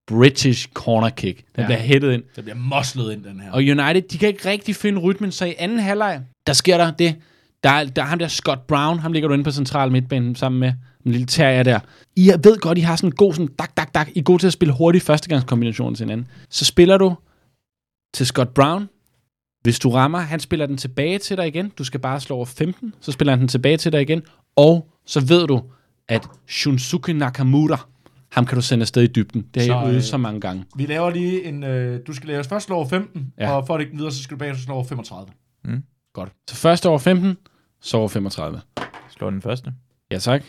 B: British corner kick. Den ja.
D: Ja.
B: bliver hættet ind.
D: Der bliver moslet ind, den her.
B: Og United, de kan ikke rigtig finde rytmen, så i anden halvleg, der sker der det. Der er, der er ham der Scott Brown, ham ligger du inde på central midtbanen sammen med en lille terrier der. I ved godt, I har sådan en god sådan dak, dak, dak. I er gode til at spille hurtige førstegangskombinationer til hinanden. Så spiller du til Scott Brown. Hvis du rammer, han spiller den tilbage til dig igen. Du skal bare slå over 15, så spiller han den tilbage til dig igen. Og så ved du, at Shunsuke Nakamura, ham kan du sende afsted i dybden. Det har
D: Så,
B: jeg
D: øh,
B: øvet så mange gange.
D: Vi laver lige en... Øh, du skal lave os først slå over 15,
B: Ja.
D: ja. og for at ikke den videre, så skal du bagefter slå over 35.
B: Godt. Så først over 15, så over 35.
C: Slå den første.
B: Ja, tak.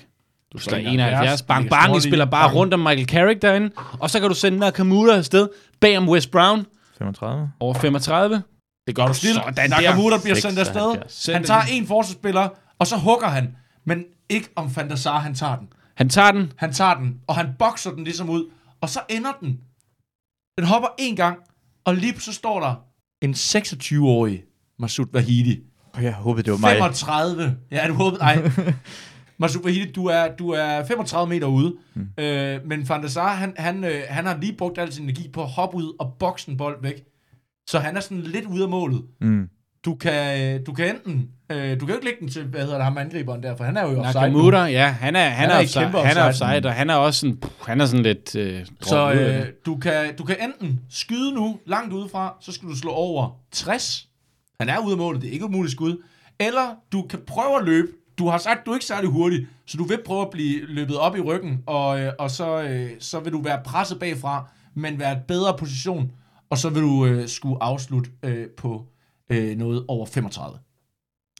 B: Du slår 71.
D: 71.
B: Bang,
D: Det er
B: bang. I
D: snorlige.
B: spiller bare
D: Bang.
B: rundt om Michael Carrick derinde. Og så kan du sende Nakamura afsted bag om West Brown
C: 35.
B: over 35. Det gør du sådan der.
D: Nakamura bliver sendt
C: 76.
D: afsted.
B: Send
D: Han
B: den.
D: tager en forsvarsspiller, og så hugger han. Men ikke om Fandazar, han tager den.
B: Han tager den.
D: Han tager den, og han bokser den ligesom ud. Og så ender den. Den hopper en gang, og lige så står der en 26-årig Masud Vahidi.
C: Og jeg håbede, det var mig.
D: 35. Ja, du håbede... Ej. Masud Vahidi, du er, du er 35 meter ude. Mm. Øh, men Fandazar, han, han, øh, han har lige brugt al sin energi på at hoppe ud og bokse en bold væk. Så han er sådan lidt ude af målet.
C: Mm.
D: Du kan, øh, du kan enten... Øh, du kan jo ikke lægge den til, hvad hedder det, ham angriberen der, for han er jo offside. nu.
B: Nakamura, ja, han er, han
D: er
B: er,
D: i
B: offside,
D: kæmpe
B: han er
D: offside.
B: offside, og han er også sådan, pff, han er sådan lidt... Øh,
D: Så
B: droppet ud af
D: øh,
B: det.
D: du, kan, du kan enten skyde nu langt udefra, så skal du slå over 60. Han er ude af målet, det er ikke et muligt skud. Eller du kan prøve at løbe. Du har sagt, du er ikke særlig hurtig, så du vil prøve at blive løbet op i ryggen, og, øh, og så, øh, så vil du være presset bagfra, men være i bedre position, og så vil du øh, skulle afslutte øh, på øh, noget over 35.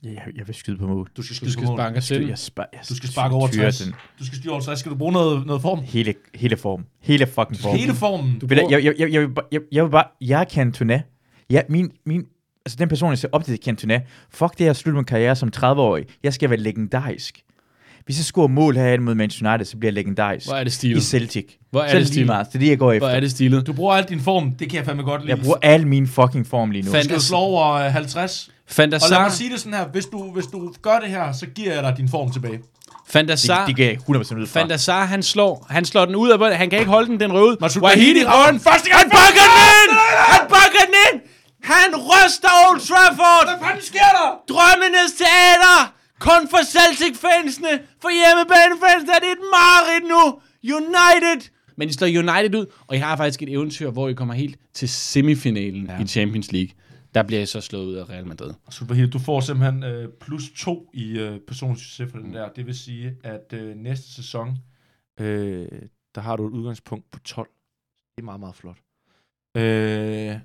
C: Jeg, jeg vil skyde på mål.
D: Du skal skyde
B: du skal
D: på mål.
B: sparke afsted.
C: Jeg spar, jeg
D: Du skal sparke over
C: styrer
D: 60.
C: den.
D: Du skal styre over 60. Skal du bruge noget, noget form?
C: Hele, hele form. Hele fucking form.
D: Hele formen.
C: Ved du, jeg, jeg, jeg, jeg, vil bare- jeg, jeg vil bare, jeg er Cantona. Ja, min, min, altså den person, jeg ser op til, det er Cantona. Fuck det, jeg slutter min karriere som 30-årig. Jeg skal være legendarisk. Hvis jeg scorer mål herinde mod Manchester United, så bliver jeg legendarisk.
B: Hvor er det
C: I
B: stilet?
C: Celtic.
B: Hvor er
C: så
B: det
C: lige
B: stilet?
C: meget. Det er det, jeg går efter.
B: Hvor er det stilet?
D: Du bruger al din form. Det kan jeg fandme godt lide.
C: Jeg bruger al min fucking form lige nu.
D: Du skal slå over øh, 50. Og lad mig
B: Fantasar,
D: sige det sådan her, hvis du, hvis du gør det her, så giver jeg dig din form tilbage.
C: Det,
B: Fantasar,
C: det kan jeg 100% ud fra.
B: Fantasar, han slår, han slår den ud af bolden. Han kan ikke holde den, den røde.
D: Masud
B: Wahidi
D: Wahidi rammer
B: rammer den første gang. Han bakker den ind! Han bakker den ind! Han ryster Old Trafford! Hvad fanden sker der? Drømmenes teater! Kun for Celtic-fansene, for hjemmebanefansene er det et mareridt nu! United! Men I slår United ud, og I har faktisk et eventyr, hvor I kommer helt til semifinalen ja. i Champions League. Der bliver I så slået ud af Real Madrid.
D: Superhero, du får simpelthen øh, plus 2 i øh, personsucces for den der. Det vil sige, at øh, næste sæson, øh, der har du et udgangspunkt på 12. Det er meget, meget flot. Øh,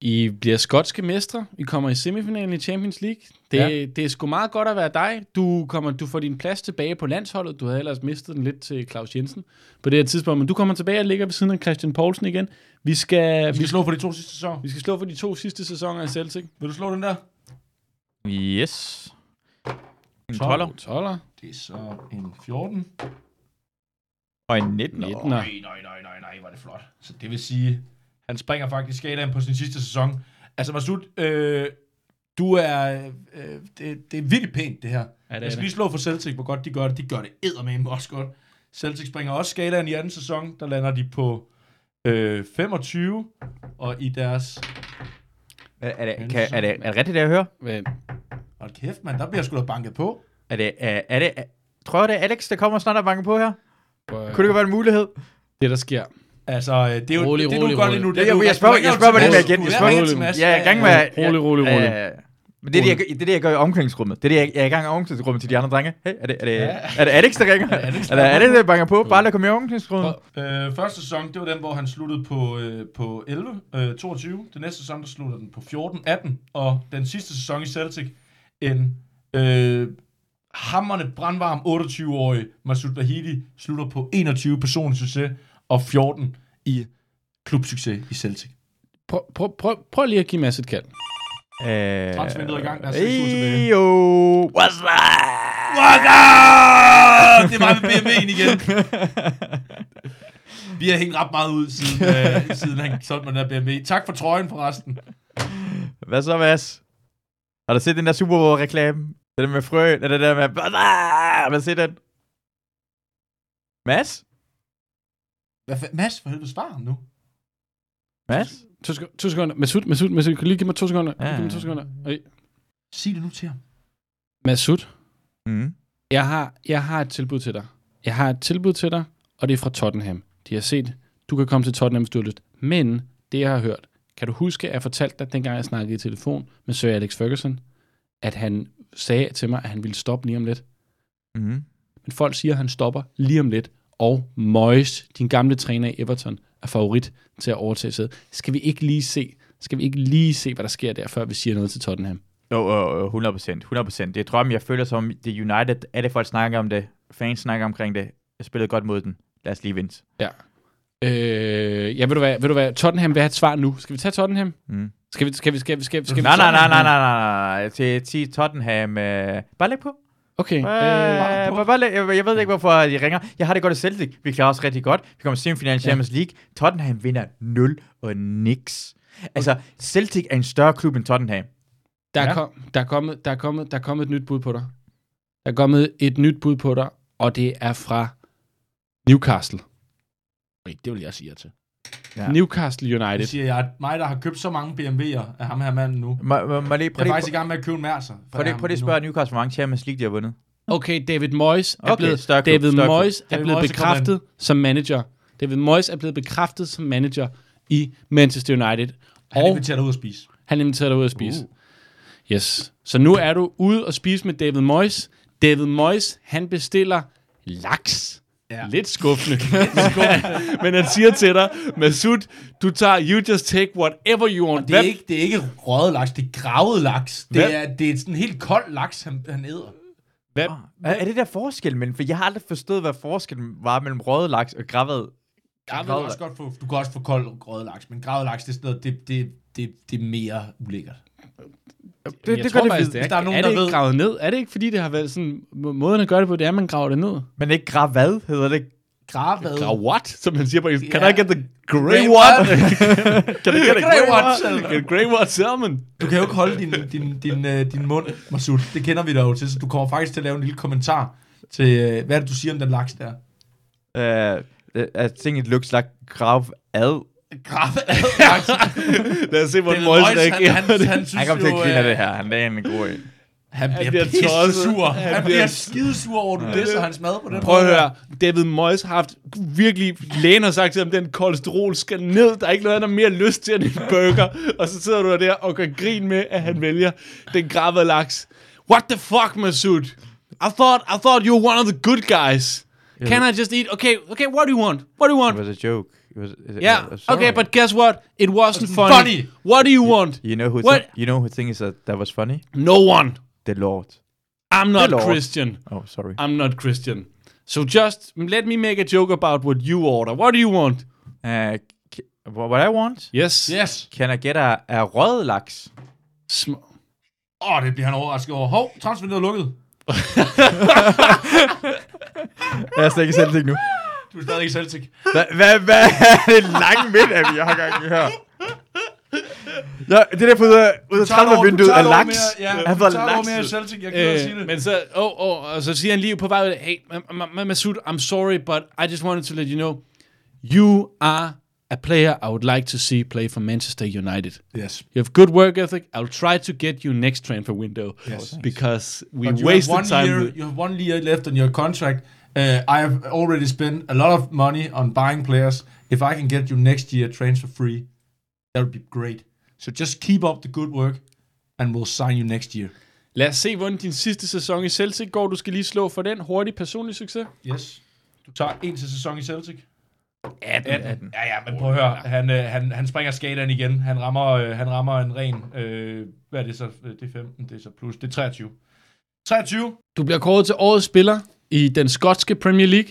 B: I bliver skotske mestre. I kommer i semifinalen i Champions League. Det, ja. det er sgu meget godt at være dig. Du, kommer, du får din plads tilbage på landsholdet. Du havde ellers mistet den lidt til Claus Jensen på det her tidspunkt. Men du kommer tilbage og ligger ved siden af Christian Poulsen igen. Vi skal,
D: vi
B: vi,
D: skal slå for de to sidste sæsoner.
B: vi skal slå for de to sidste sæsoner af Celtic.
D: Vil du slå den der?
C: Yes. En
D: 12.
C: 12'er.
B: 12'er.
D: Det er så en 14.
C: Og en 19.
B: 19. Nå.
D: Nej, nej, nej, nej, nej, var det flot. Så det vil sige, han springer faktisk skalaen på sin sidste sæson. Altså, Masud, øh, du er... Øh, det, det er virkelig pænt, det her.
B: Ja, det
D: Jeg
B: er
D: skal
B: det.
D: lige slå for Celtic, hvor godt de gør det. De gør det eddermame også godt. Celtic springer også skalaen i anden sæson. Der lander de på øh, 25, og i deres...
C: Er, er, det, kan, er, det, er det rigtigt, det jeg hører?
B: Men
D: Hold kæft, mand, der bliver jeg sgu da banket på.
C: Er det, er, er det, er, tror jeg, det er Alex, der kommer snart og banker på her?
B: prøv at-
C: Kunne det godt være en mulighed?
B: Det, der sker,
D: Altså, øh, det er jo
E: Rolig,
D: det,
E: rolig,
D: du gør
E: rolig.
D: lige nu. Det,
C: Jeg-
D: er,
C: jeg-
D: du
C: jeg spørger-
D: ringer
C: jeg spørger,
D: til
C: hvordan
D: Mads.
C: jeg igen-
D: Du
C: jeg
D: ringer
C: spørger-
D: til Mads, øh,
C: Ja, jeg er i gang med...
E: Rolig, rolig, rolig.
C: Ja, ja, ja. Men det er det, jeg, gør- det, er det, jeg gør i omklædningsrummet. Det er det, jeg, jeg er i gang i omklædningsrummet til de andre drenge. Hey, er det, er det, er det Alex, der ringer? er det, er det, der banker på? Bare lad komme i omklædningsrummet.
D: Øh, første sæson, det var den, hvor han sluttede på, øh, på 11, øh, 22. Den næste sæson, der slutter den på 14, 18. Og den sidste sæson i Celtic, en øh, hammerne brandvarm 28-årig Masoud Lahidi slutter på 21 personlig succes og 14 i klubsucces i Celtic.
B: Prøv, prøv, prøv, prøv lige at give Mads et kald.
C: Øh,
D: Transvinduet er i gang. Der er seks uger tilbage.
C: Ejo. What's up? What's
D: Ah, det er mig med BMW'en igen.
C: (laughs)
D: Vi har hængt ret meget ud, siden, øh, siden han solgte mig den der BMW. Tak for trøjen forresten.
C: up? Hvad så, Mads? Har du set den der Super Bowl-reklame? Den med frøen, eller den der med... What's up? Har du set den? Mads?
D: Hvad fa- Mads, for helvede, spar ham nu.
C: Mads?
B: To, sek- to sekunder. Masud, Masud, Masud, kan du lige give mig to sekunder? Ja.
C: Ja.
B: Giv mig to sekunder. Ej.
D: Sig det nu til ham.
B: Masud,
C: Mm.
B: jeg har, jeg har et tilbud til dig. Jeg har et tilbud til dig, og det er fra Tottenham. De har set, du kan komme til Tottenham, hvis du har lyst. Men det, jeg har hørt, kan du huske, at jeg fortalte dig, dengang jeg snakkede i telefon med Sir Alex Ferguson, at han sagde til mig, at han ville stoppe lige om lidt.
C: Mm.
B: Men folk siger, at han stopper lige om lidt. Og Moyes, din gamle træner i Everton, er favorit til at overtage sædet. Skal vi ikke lige se, skal vi ikke lige se, hvad der sker der, før vi siger noget til Tottenham?
C: Jo, jo, jo, 100 100 Det er drømmen, jeg føler som det er United. Alle folk snakker om det. Fans snakker omkring det. Jeg spillede godt mod den. Lad os lige vinde.
B: Ja. Øh, ja, ved du hvad, ved du hvad, Tottenham vil have et svar nu. Skal vi tage Tottenham?
C: Mm.
B: Skal vi, skal vi, skal vi, skal vi, skal vi
C: Nej, nej, nej, nej, nej, nej, nej. Til, til Tottenham. Øh, bare læg på.
B: Okay.
C: Øh,
B: Øh,
C: bare, bare læg, jeg, jeg ved ikke, hvorfor de ringer. Jeg har det godt i Celtic. Vi klarer os rigtig godt. Vi kommer til semifinalen i Champions League. Tottenham vinder 0 og niks. Altså, Celtic er en større klub end Tottenham.
B: der, er
D: Ja.
B: kom, der, er kommet, der, er kommet, der er kommet et nyt bud på dig. Der er kommet et nyt bud på dig, og det er fra Newcastle.
E: Okay, det vil jeg sige jer til.
C: Ja.
B: Newcastle
D: Det
B: United.
D: siger jeg, at mig, der har købt så mange BMW'er af ham her manden nu.
C: Må, må, må lige,
D: Jeg
C: prøv
D: er
C: lige,
D: faktisk i gang med at købe en altså, Mercer.
C: prøv lige, prøv lige at spørge Newcastle, hvor mange Champions League de har vundet.
B: Okay, David Moyes er
C: Okay,
B: blevet,
C: større klub,
B: David
C: større klub.
B: Moyes er
D: David
B: blevet
D: Moyes er kommet
B: bekræftet som manager. David Moyes er blevet bekræftet som manager i Manchester United.
D: Han
B: Og
D: inviterer dig ud at spise.
B: han inviterer dig ud at spise. Uh. Yes. Så nu er du ude og spise med David Moyes. David Moyes, han bestiller laks. Ja. Lidt
D: (laughs)
B: skuffende. Men han siger til dig, Masud, du tager, you just take whatever you want.
D: Det er,
B: Hvad-
D: ikke, det er ikke røget laks, det er gravet laks. Det
B: Hvem-
D: er, det er sådan en helt kold laks, han, han æder.
B: hvad,
D: Ah.
C: Er, er det der forskel mellem? For jeg har aldrig forstået, hvad forskellen var mellem røde laks og gravet.
D: Ja, du, kan
C: Gravet
D: også godt få, du kan også få kold grøde laks, men gravet laks, det er sådan noget, det, det, det, det er mere ulækkert.
C: Det,
B: jeg tror faktisk,
C: fedt.
B: det er,
D: Hvis der er nogen,
B: er det
D: der
B: ikke
D: ved-
B: gravet ned? Er det ikke, fordi det har været sådan, må- måden at gøre det på, det er, at man graver det ned?
C: Men ikke gravad, hedder det.
D: Gravet.
B: Grav what? Som man siger på engelsk. Can
D: Ja.
B: I get the grey
D: Grey
B: what?
D: (laughs)
B: Can I get a
D: Grey
B: grey
D: what
B: what?
D: salmon?
B: A grey what salmon?
D: Du kan jo ikke holde din, din, din, øh, din mund, Masud. Det kender vi dig jo til, så du kommer faktisk til at lave en lille kommentar til, øh, hvad er det, du siger om den laks der?
C: Uh, I think it looks like gravad.
D: Gravet (laughs) laks.
B: Lad os se, hvor
D: Det
B: den
D: er
B: Moyes
D: Moyes,
B: ikke
D: han, han, han, han synes
C: Jeg kom til
D: jo,
C: at grine af
D: øh,
C: det her. Han lagde en god en.
D: Han bliver,
B: bliver
D: bliver
B: tosset.
D: sur.
B: Han
D: Han,
B: bliver-
D: han bliver skidesur over, at du læser hans mad på den
B: Prøv at
D: måde.
B: høre, David Moyes har haft virkelig, lægen har sagt til ham, den kolesterol skal ned, der er ikke noget, han har mere lyst til end en burger, og så sidder du der og gør grin med, at han vælger den gravede laks. What the fuck, Masoud? I thought, I thought you were one of the good guys. Can I just eat? Okay, okay, what do you want? What do you
C: It
B: want?
C: was a joke. It was, it,
B: Yeah,
C: I'm sorry.
B: okay, but guess what? It wasn't funny.
D: funny.
B: What do you want?
C: You know who?
B: What?
C: Th- you know who thinks that that was funny?
B: No one.
C: The Lord.
B: I'm not
C: Lord.
B: Christian.
C: Oh, sorry.
D: Ah.
B: I'm not Christian. So just let me make a joke about what you order. What do you want?
C: Uh, c- wha- what I want?
B: Yes.
D: Yes.
C: Can I get a, a rød laks?
B: Sm-
D: Åh, oh, det bliver han overrasket over. Hov, transvinduet er lukket.
C: Jeg er slet ikke selv tænkt nu.
D: Du er stadig ikke Celtic.
C: Hvad, hvad, hvad er det lange midt, at vi har gang i her? Ja, det der på ud af, ud af 30-vinduet er laks.
D: Ja,
C: Han
D: du
C: får
D: tager over mere i
C: laks.
D: Celtic, jeg kan øh, sige
B: Øh,
D: det.
B: men så, oh, oh, og så siger han lige på vej ud, hey, M- M- M- Masoud, I'm sorry, but I just wanted to let you know, you are a player I would like to see play for Manchester United.
D: Yes.
B: You have good work ethic. I'll try to get you next transfer window
D: Yes.
B: because we
D: But you have
B: wasted
D: one
B: time.
D: year,
B: with-
D: you have one year left on your contract, Uh, I have already spent a lot of money on buying players. If I can get you next year transfer free, that would be great. So just keep up the good work, and we'll sign you next year.
B: Lad os se, hvordan din sidste sæson i Celtic går. Du skal lige slå for den. Hurtig personlig succes.
D: Yes. Du tager en til sæson i Celtic.
C: 18. 18.
D: Ja, ja, men prøv at høre. Han, øh, han, han springer skateren igen. Han rammer, øh, han rammer en ren... Øh, hvad er det så? Det er 15, det er så plus. Det er 23. 23?
B: Du bliver kåret til årets spiller i den skotske Premier League,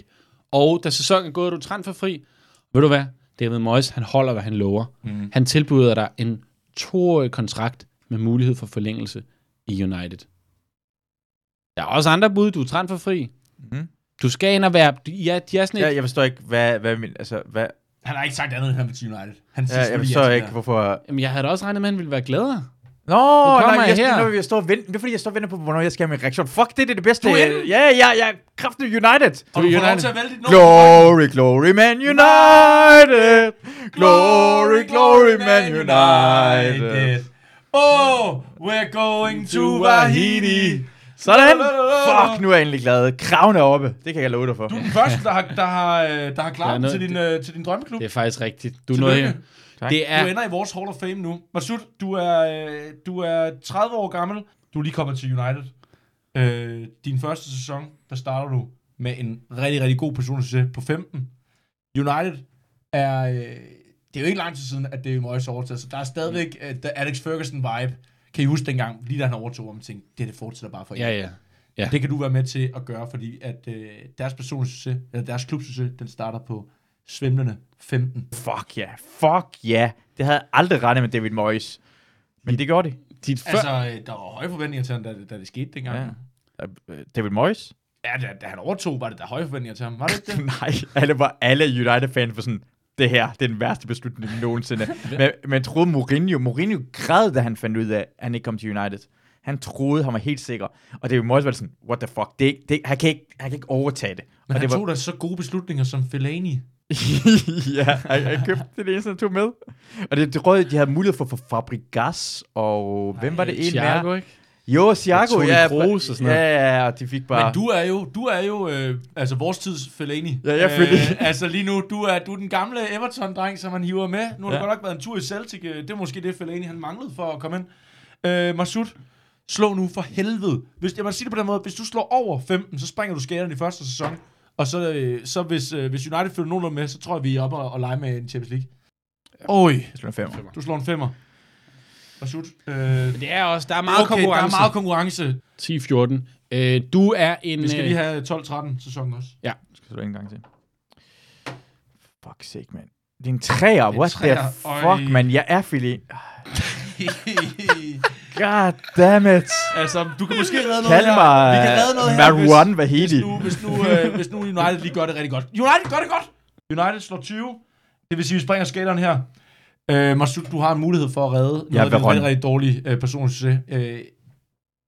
B: og da sæsonen er gået, er du transferfri. Ved du hvad? David Moyes, han holder, hvad han lover.
D: Mhm.
B: Mm. Han tilbyder dig en toårig kontrakt med mulighed for forlængelse i United. Der er også andre bud, du er transferfri.
C: Mhm.
B: Mm. Du skal ind og være... Ja, de er sådan et,
C: Ja, jeg forstår ikke, hvad, hvad min, altså, hvad,
D: Han har ikke sagt andet, end han vil til United. Han
C: ja, jeg forstår ikke, hvorfor...
B: Jamen, jeg havde da også regnet med, at han ville være gladere.
C: Nå,
B: kommer
C: nej,
B: jeg
C: jeg,
B: her.
C: her. jeg står og venter, det er fordi, jeg står og venter på, hvornår jeg skal have min reaktion. Fuck, det, det er det bedste.
B: Du er
C: Ja,
B: inde.
C: ja, ja, jeg er kraftig United.
D: Og du får lov
B: United.
D: til at vælge dit nummer.
C: Glory, glory, man United. Glory, glory, man United.
D: Oh, we're going to Vahidi.
C: Sådan. Fuck, nu er jeg endelig glad. Kraven er oppe. Det kan jeg love dig for.
D: Du er den første, der har, der har, øh, der har
B: Der er
D: klaret den
B: noget-
D: til din, øh, til din drømmeklub.
B: Det er faktisk rigtigt. Du er noget her.
D: Tillykke.
B: Det er...
D: Du ender i vores Hall of Fame nu. Masud, du er, øh, du er 30 år gammel. Du er lige kommet til United. Øh, din første sæson, der starter du med en rigtig, rigtig god personlig succes på 15. United er... Øh, det er jo ikke lang tid siden, at det er Moyes overtaget, så der er stadigvæk øh, the Alex Ferguson-vibe. Kan I huske dengang, lige da han overtog, om tænkte, det, her, det fortsætter bare for
B: Ja,
D: evigt.
B: ja.
D: Det kan du være med til at gøre, fordi at øh, deres personlige succes, eller deres klubsucces, den starter på svimlende 15.
C: Fuck ja, yeah. fuck ja. Yeah. Det havde jeg aldrig regnet med David Moyes. Men det gjorde de.
B: Dit før...
D: Altså, øh, der var høje forventninger til ham, da, da det skete dengang.
C: Ja. Øh, David Moyes?
D: Ja, da, da han overtog, var det der høje forventninger til ham. Var det ikke det?
C: (laughs) Nej, alle var alle United-fans for sådan, det her, det er den værste beslutning nogensinde. men, men troede Mourinho, Mourinho græd, da han fandt ud af, at han ikke kom til United. Han troede, han var helt sikker. Og David Moyes var sådan, what the fuck, det, er ikke- det, han, kan ikke, han kan ikke overtage det.
D: Men
C: og
D: han
C: det (laughs)
D: tog da så gode beslutninger som Fellaini.
C: ja, han, han købte det, det eneste, han tog med. Og det, det råd, de havde mulighed for, for Fabregas, og Ej, hvem var det en mere?
B: Thiago, ikke?
C: Jo, Thiago,
B: Toni
C: ja.
B: Kroos og sådan noget.
C: Ja, ja, og de fik bare...
D: Men du er jo, du er jo øh, altså vores tids Fellaini.
C: Ja, jeg er Fellaini.
D: altså lige nu, du er, du er den gamle Everton-dreng, som han hiver med. Nu har ja.
C: Ja.
D: der godt nok været en tur i Celtic. øh, Det er måske det, Fellaini han manglede for at komme ind. Øh, Masud, slå nu for helvede. Hvis, jeg må sige det på den måde, hvis du slår over 15, så springer du skaderne i første sæson. Og så, øh, så hvis, øh, hvis United følger nogenlunde med, så tror jeg, vi er oppe og, og lege med en Champions League. Oj.
C: Jeg slog en femmer.
D: Du slår en femmer. Og sut. Øh, meget
B: Det er også... Der er meget
D: okay, der er
B: konkurrence.
D: meget konkurrence.
B: 10-14. Øh, du er en...
D: Vi skal
B: øh,
D: lige have 12-13 sæsonen også.
C: Skal du en gang til. Fuck sake, mand. Det er en træer. What
D: træer.
C: the fuck,
D: Øj.
C: man. Jeg er filé. God damn it.
D: (laughs) altså, du kan måske redde noget
C: Kald
D: her.
C: mig øh,
D: Vi kan redde noget her,
C: Marwan
D: hvis,
C: Vahidi.
D: hvis, nu, hvis, nu, øh, hvis nu United lige gør det rigtig godt. United gør det godt! United slår 20. Det vil sige, vi springer skateren her. Øh, Masud, du har en mulighed for at redde noget
C: Ja,
D: af din
C: Verón.
D: rigtig, rigtig dårlige øh, personlig succes. Øh,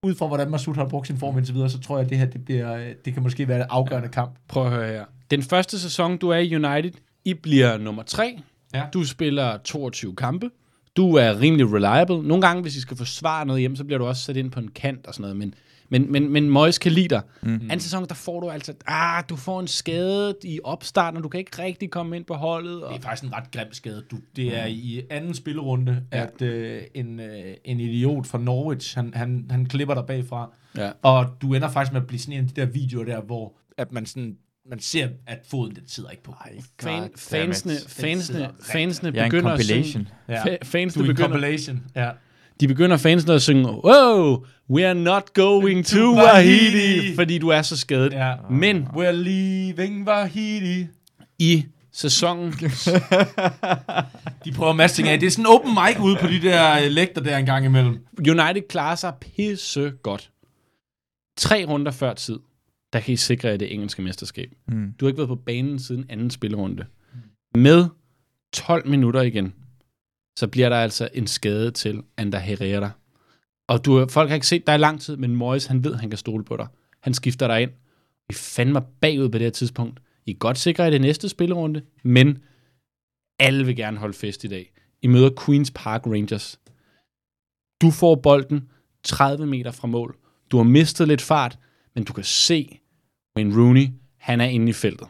D: ud fra hvordan Masud har brugt sin form indtil videre, så tror jeg, at det her det bliver, øh, det kan måske være det afgørende kamp.
B: Prøv at høre her. Den første sæson, du er i United, I bliver nummer tre.
D: Ja.
B: Du spiller 22 kampe. Du er rimelig reliable. Nogle gange, hvis I skal forsvare noget hjem, så bliver du også sat ind på en kant og sådan noget. Men, men, men, men Moyes kan lide dig. Mm.
D: Mm-hmm.
B: Anden sæson, der får du altså... Ah, du får en skade i opstarten, og du kan ikke rigtig komme ind på holdet. Og...
D: Det er faktisk en ret grim skade. Du, det er i anden spillerunde, ja. at øh, en, øh, en idiot fra Norwich, han, han, han klipper dig bagfra.
B: Ja.
D: Og du ender faktisk med at blive sådan en af de der videoer der, hvor at man, sådan, man ser, at foden den sidder ikke på. Ej,
B: Fan, fansene, fansene,
D: sidder rigtig.
B: fansene
C: Jeg er en
B: begynder at
C: compilation.
B: synge... fa- Fansene
D: du er i
B: begynder,
D: compilation. Ja.
B: de begynder fansene at synge, wow, we are not going to
D: To
B: Wahidi,
D: Wahidi.
B: fordi du er så skadet.
D: ja.
B: Men
D: We're leaving Vahidi.
B: i sæsonen.
D: De prøver masser ting af. Det er sådan en open mic ude på de der øh, lægter der en gang imellem.
B: United klarer sig pisse godt. Tre runder før tid, der kan I sikre jer det engelske mesterskab.
C: Mm.
B: Du har ikke været på banen siden anden spillerunde. Med 12 minutter igen, så bliver der altså en skade til Ander Herrera. Og du, folk har ikke set dig i lang tid, men Moyes, han ved, han kan stole på dig. Han skifter dig ind. I fandt mig bagud på det her tidspunkt. I er godt sikre i det næste spillerunde, men alle vil gerne holde fest i dag. I møder Queen's Park Rangers. Du får bolden 30 meter fra mål. Du har mistet lidt fart, men du kan se, Wayne Rooney, han er inde i feltet.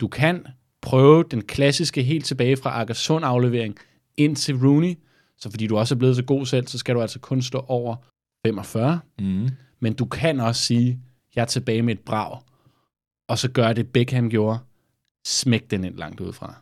B: Du kan prøve den klassiske helt tilbage fra Akersund aflevering ind til Rooney, så fordi du også er blevet så god selv, så skal du altså kun stå over 45.
E: Mm.
B: Men du kan også sige, jeg er tilbage med et brag, og så gør det Beckham gjorde, smæk den ind langt udefra.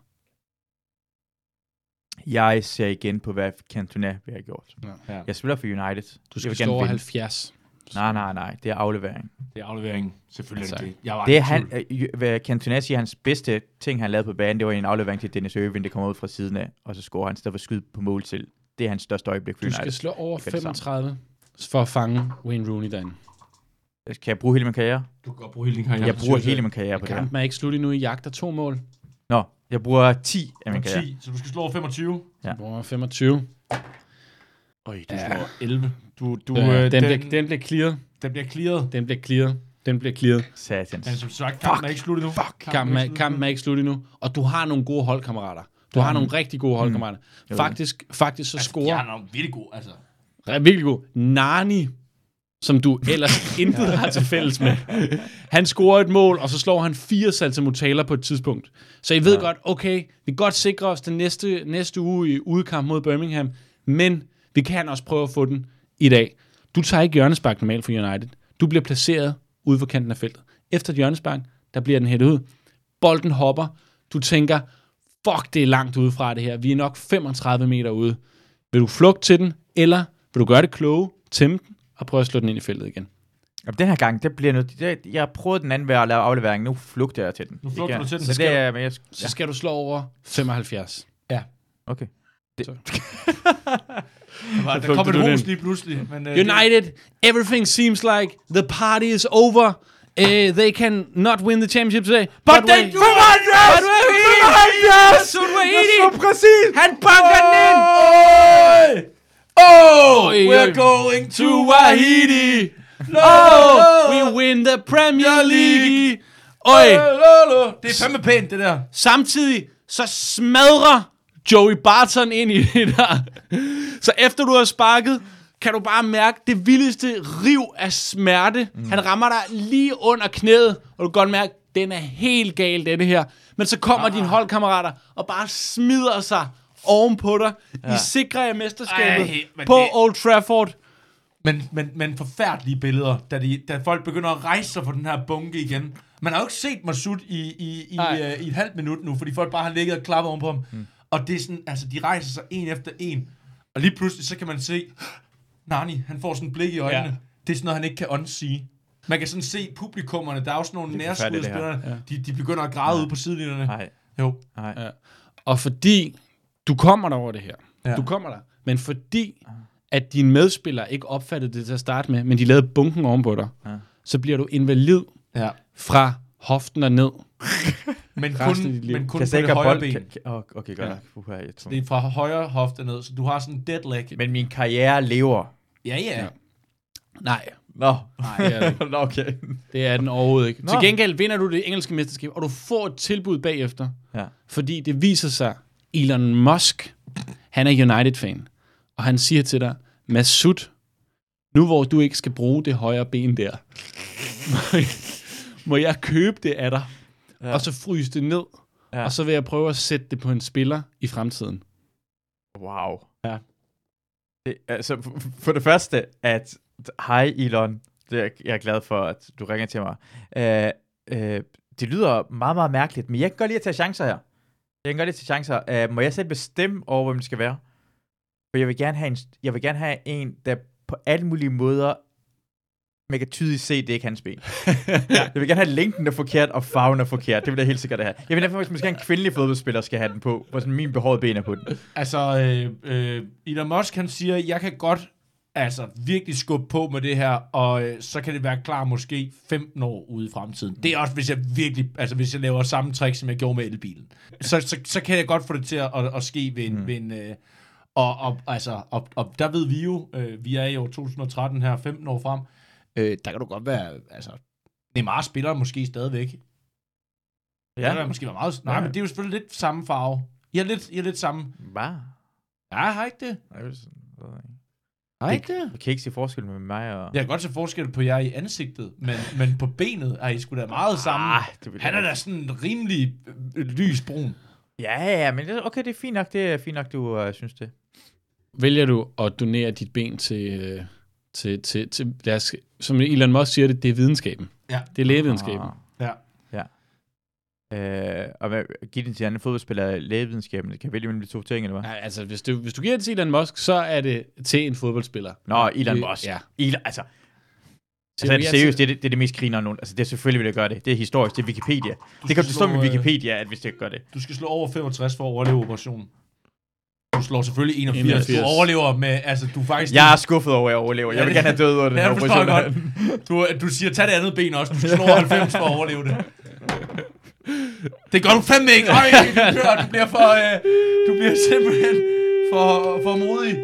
C: Jeg ser igen på, hvad Cantona vil have gjort.
B: Ja.
C: Jeg spiller for United.
B: Du
C: jeg
B: skal
C: vil
B: stå over
C: vinde.
B: 70.
C: Nej, nej, nej. Det er aflevering.
D: Det er afleveringen. Selvfølgelig er
B: Altså,
D: det det. Jeg var
C: Det er
D: i tvivl.
C: han, øh, hvad Cantona siger, hans bedste ting, han lavede på banen, det var en aflevering til Dennis Irving, det kommer ud fra siden af, og så scorer han, i stedet for at skyde på mål til. Det er hans største øjeblik for
B: Du skal
C: United.
B: slå over
C: Det kan det samme.
B: 35 for at fange Wayne Rooney derinde.
C: Skal Øh, jeg bruge hele min karriere?
D: Du kan godt bruge hele din karriere.
C: Jeg bruger
D: synes,
C: hele min karriere på det her.
B: Kampen er ikke slut endnu. I jagter to mål.
C: Nå, jeg bruger 10 af min
D: at-
C: karriere.
D: 10, så du skal slå over 25.
B: Du er 25.
D: Øj, du ja. slår 11. Du, du,
B: Øh,
D: øh,
B: den,
D: den,
B: den, bliver, den bliver clearet.
D: den bliver clearet.
B: Den bliver clearet. Den bliver clearet.
C: Satans.
D: Men som sagt, kampen er ikke slut endnu. Fuck,
B: Kampen er, kampen er ikke slut endnu. Og du har nogle gode holdkammerater. Du har nogle rigtig gode holdkammerater. Faktisk, faktisk så
D: Ja,
B: scorer
D: han er jo virkelig god, altså.
B: re- virkelig god Nani, som du ellers intet har til fælles med. Han scorer et mål, og så slår han fire salsamutaler på et tidspunkt. Så I ved ja. godt, okay, vi kan godt sikre os den næste, næste uge i udkamp mod Birmingham, men vi kan også prøve at få den i dag. Du tager ikke hjørnespark normalt for United. Du bliver placeret ude for kanten af feltet. Efter et hjørnespark, der bliver den hættet ud. Bolden hopper. Du tænker, fuck, det er langt ude fra det her. Vi er nok 35 meter ude. Vil du flugte til den, eller vil du gøre det kloge, tæmme den og prøve at slå den ind i feltet igen?
C: Jamen, den her gang, der bliver noget, der, jeg prøvede den anden ved at lave aflevering, nu flugter jeg til den.
D: Nu flugter
C: Ikke?
D: du til den.
C: Så det er, men jeg,
B: Så
C: ja,
B: ja. skal du slå over 75.
C: okay.
D: Bare, der
B: flugter
D: kom
B: du
D: et hus
B: den.
D: lige pludselig. Men, øh,
B: United, everything seems like the party is over. Uh, they can not win the championship today. But, but they do! But wait,
C: Så præcis!
B: Han banker den ind! Oh, we're going to Wahiti! No! We win the Oh! Premier League! Oh! Oi,
D: det, det er fandme pænt, det der.
B: Samtidig så smadrer Joey Barton ind i det der. Så efter du har sparket, kan du bare mærke det vildeste riv af smerte. Mm. Han rammer dig lige under knæet, og du kan godt mærke, den er helt gal, denne her. Men så kommer ah. dine holdkammerater og bare smider sig ovenpå dig. Ja. I sikrer jer mesterskabet
D: Ej, men
B: på
D: det-
B: det... Old Trafford.
D: Men, men, men forfærdelige billeder, da, de, da folk begynder at rejse sig fra den her bunke igen. Man har jo ikke set Masud i, i, i,
B: Nej.
D: øh, i et halvt minut nu, fordi folk bare har ligget og klappet ovenpå ham. Mm. Og det er sådan, altså, de rejser sig en efter en. Og lige pludselig, så kan man se, Nani, han får sådan et blik i øjnene.
B: Ja.
D: Ja. Det er sådan noget, han ikke kan åndsige. Man kan sådan se publikummerne, der er jo sådan nogle
C: forfærdeligt, det her.
D: nærskudspillere, ja. de, de begynder at græde ja. ude på sidelinjerne.
C: Nej,
D: Jo.
C: nej.
B: Og fordi du kommer der over det her. Ja.
D: Ja.
B: Du kommer der. Men fordi, at dine medspillere ikke opfattede det til at starte med, men de lavede bunken ovenpå dig, ja. så bliver du invalid
D: Ja.
B: fra hoften og ned.
D: Men
B: Resten af dit
D: kun,
B: liv.
D: men
C: Kan jeg
D: kun på
C: slet
D: det
C: ikke have
D: højre
C: bold?
D: ben.
C: Kan- kan- Åh, Okay, godt. nok. Puha, jeg tror-
D: Det er fra højre hofte ned, så du har sådan en dead leg.
C: Men min karriere lever.
D: Ja, ja.
B: Ja. Nej,
C: Nå,
B: det er det ikke.
D: (laughs)
C: Nå okay.
B: Det er den overhovedet ikke. Nå.
C: Nå.
B: Til gengæld vinder du det engelske mesterskab, og du får et tilbud bagefter.
C: Ja.
B: Fordi det viser sig, Elon Musk, han er United-fan. Og han siger til dig, Masud, nu hvor du ikke skal bruge det højre ben der, må jeg, må jeg købe det af dig, ja. og så fryse det ned, ja.
C: Ja.
B: og så vil jeg prøve at sætte det på en spiller i fremtiden.
C: Wow.
B: Ja.
C: Det, altså, f- f- for det første, at... Hej, Elon. Det er, jeg er glad for, at du ringer til mig. Øh, øh, det lyder meget, meget mærkeligt, men jeg kan godt lide at tage chancer her. Jeg kan godt lide at tage chancer. Øh, må jeg selv bestemme over, hvem det skal være? For jeg vil gerne have en, jeg vil gerne have en der på alle mulige måder man kan tydeligt se, det er ikke hans ben. ja. Jeg vil gerne have at længden er forkert, og farven er forkert. Det vil jeg helt sikkert have. Jeg vil derfor måske have en kvindelig fodboldspiller, skal have den på, hvor sådan min behårede ben er på den.
D: Altså, øh, øh, Elon Musk, han siger, jeg kan godt altså, virkelig skubbe på med det her, og øh, så kan det være klar måske 15 år ude i fremtiden. Det er også, hvis jeg virkelig, altså hvis jeg laver samme trick, som jeg gjorde med elbilen. Så, så, så kan jeg godt få det til at, at, at ske ved en... Mm. Ved en øh, og, og, altså, og, og der ved vi jo, øh, vi er i år 2013 her, 15 år frem, øh, der kan du godt være, altså, Neymar spiller måske stadigvæk, Ja. Det har måske været meget... Nej,
C: Ja.
D: men det er jo selvfølgelig lidt samme farve. I er lidt, I er lidt samme...
C: Hvad?
D: Ja, har I ikke det?
C: Nej, det er sådan- det ved jeg ikke.
B: Nej, det.
C: Jeg kan ikke se forskel med mig og...
D: Jeg kan godt se forskel på jer i ansigtet, men, men på benet er I sgu da meget sammen.
C: Ah, det vil
D: Han
C: jeg
D: er
C: ikke.
D: da sådan rimelig øh, øh, lysbrun.
C: Ja, ja, men det, okay, det er fint nok, det er fint nok, du øh, synes det.
B: Vælger du at donere dit ben til, øh, til, til, til lad os, som Elon Musk siger det, det er videnskaben.
D: Ja.
B: Det er lægevidenskaben.
C: Ah.
D: Ja.
C: Ja. Øh, og hvad, give den til anden fodboldspiller i lægevidenskaben, det kan vælge mellem de to ting, eller hvad?
B: Nej, altså, hvis du, hvis du giver det til Elon Musk, så er det til en fodboldspiller.
C: Nå, Elon
B: Det-
C: Musk.
B: ja.
C: Elon, altså,
B: Siger
C: altså
B: du
C: er det
B: ja
C: seriøst,
B: til-
C: det er det, det, er det mest griner nogen. Altså, det er selvfølgelig, vil jeg gøre det. Det er historisk, det er Wikipedia. Det kan du stå
D: slå,
C: med
D: øh,
C: Wikipedia, at hvis det ikke gør det.
D: Du skal slå over 65 for at overleve operationen. Du slår selvfølgelig 81. 81.
B: 81.
D: Du overlever med, altså du er faktisk...
C: Jeg er skuffet over, at jeg overlever. Jeg vil
D: Ja,
C: gerne
D: det-
C: have død over den
D: Ja,
C: her
D: det forstår jeg
C: operation.
D: godt. Du, du siger, tag det andet ben også. Du slår 90 for at overleve det. Det gør du fandme ikke. Øj, du, kører, du bliver for... Øh, du bliver simpelthen for, for modig.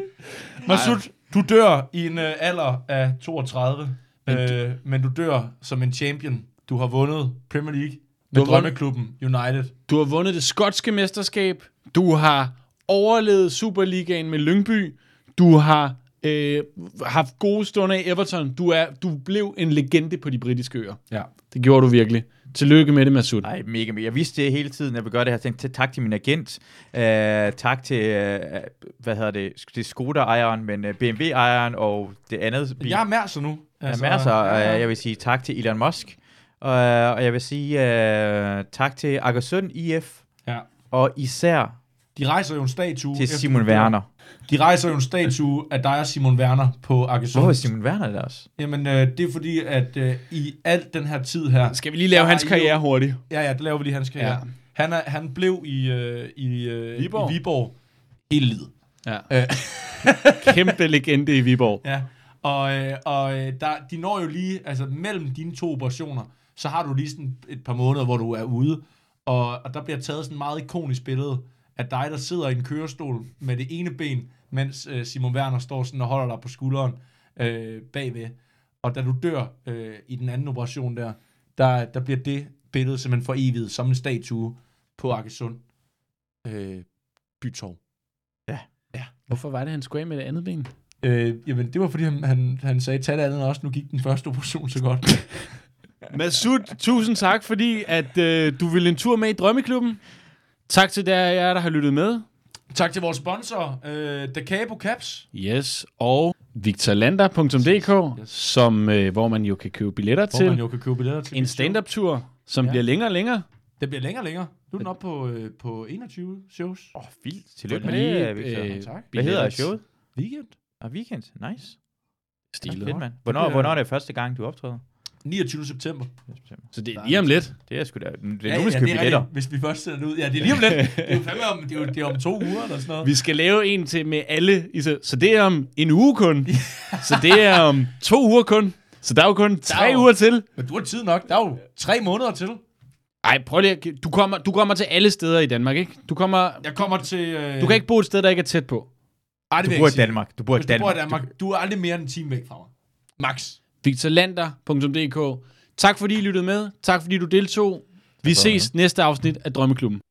D: Masud, du dør i en øh, alder af 32. Men, øh, men du dør som en champion. Du har vundet Premier League med
B: har vundet-
D: drømmeklubben United.
B: Du har vundet det skotske mesterskab. Du har overlevet Superligaen med Lyngby. Du har øh, haft gode stunder i Everton. Du, er, du blev en legende på de britiske øer.
D: Ja.
B: Det gjorde du virkelig. Tillykke med det, Masud.
C: Nej, mega, mega. Jeg vidste det hele tiden, at jeg ville gøre det her. Jeg tænkte, tak til min agent. Uh, tak til, uh, hvad hedder det, sk- det er Skoda-ejeren, men uh, BMW-ejeren og det andet bil.
D: Jeg er mærser nu.
C: Altså, masser. Og, øh, jeg vil sige tak til Elon Musk. Og, øh, og jeg vil sige øh, tak til Akersund IF.
D: Ja.
C: Og især
D: De rejser jo en statue.
C: til
D: efter
C: Simon
D: du dør.
C: Werner.
D: De rejser jo en statue af dig og Simon Werner på Arkesund.
C: Hvorfor er Simon Werner der også?
D: Jamen, øh, det er fordi, at øh, i alt den her tid her...
B: Skal vi lige lave
D: der
B: hans
D: er I
B: karriere
D: Jo,
B: hurtigt?
D: ja, ja, det laver vi lige hans karriere.
B: Ja.
D: Ja. Han, er, han blev i, øh, i, øh,
B: Viborg.
D: i Viborg hele livet.
B: Ja. Kæmpe legende i Viborg.
D: Ja. Og, øh, og øh, der, de når jo lige... Altså, mellem dine to operationer, så har du lige sådan et par måneder, hvor du er ude. Og, og der bliver taget sådan et meget ikonisk billede af dig, der sidder i en kørestol med det ene ben, mens øh, Simon Werner står sådan og holder dig på skulderen øh, bagved. Og da du dør øh, i den anden operation der, der, der bliver det billede simpelthen for evigt som en statue på Arkesund øh, bytorv.
B: Hvorfor var det, han skulle af med det andet ben?
D: Øh, jamen, det var fordi, han, han, han sagde, tag det andet også, nu gik den første operation så godt.
B: Masud, tusind tak, fordi at, øh, du ville en tur med i Drømmeklubben. Tak til der jer, der har lyttet med.
D: (laughs) tak til vores sponsor, øh, Dacabo Caps.
B: Yes, og victorlander.dk, yes. som, øh, hvor man jo kan købe billetter
D: Hvor
B: til
D: man jo kan købe billetter til.
B: en
D: mit show.
B: stand-up-tur, som ja.
D: Ja.
B: bliver længere og længere.
D: Det bliver længere og længere. Nu er den oppe på, øh, på 21 shows.
C: Åh, oh, vildt. Tillykke med
B: Lige,
C: det, øh, Victor.
B: øh,
D: Tak.
C: Hvad hedder
B: billetter-
C: showet?
D: Weekend.
C: Og weekend. Nice. Ah,
B: Stilet.
C: Fedt, mand. Hvornår, hvornår er det første gang, du optræder?
D: 29. september.
B: Så det er lige om lidt.
C: Det er sgu da... Det er nu, vi skal købe
D: det er
C: billetter.
D: rigtigt, hvis vi først sender det ud. Ja, det er lige om lidt. Det er jo fandme om, det er jo, det er om to uger eller sådan noget.
B: (laughs) Vi skal lave en til med alle, i så- så det er om en uge kun. Så det er om to uger kun. Så der er jo kun
D: er
B: tre
D: jo-
B: uger til.
D: Men du har tid nok. Der er jo tre måneder til.
B: Ej, prøv lige at, du kommer, du kommer til alle steder i Danmark, ikke? Du, kommer,
D: Jeg kommer til... Øh...
B: du kan ikke bo et sted, der ikke er tæt på.
D: Ej, det
C: Du
D: vil jeg
C: bor
D: ikke
C: i
D: sige.
C: Danmark. Du bor i
D: Hvis du bor i
C: Danmark.
D: Danmark, du er aldrig mere end en time væk fra mig. Max.
B: victorlander.dk Tak fordi I lyttede med. Tak fordi du deltog. Vi ses næste afsnit af Drømmeklubben.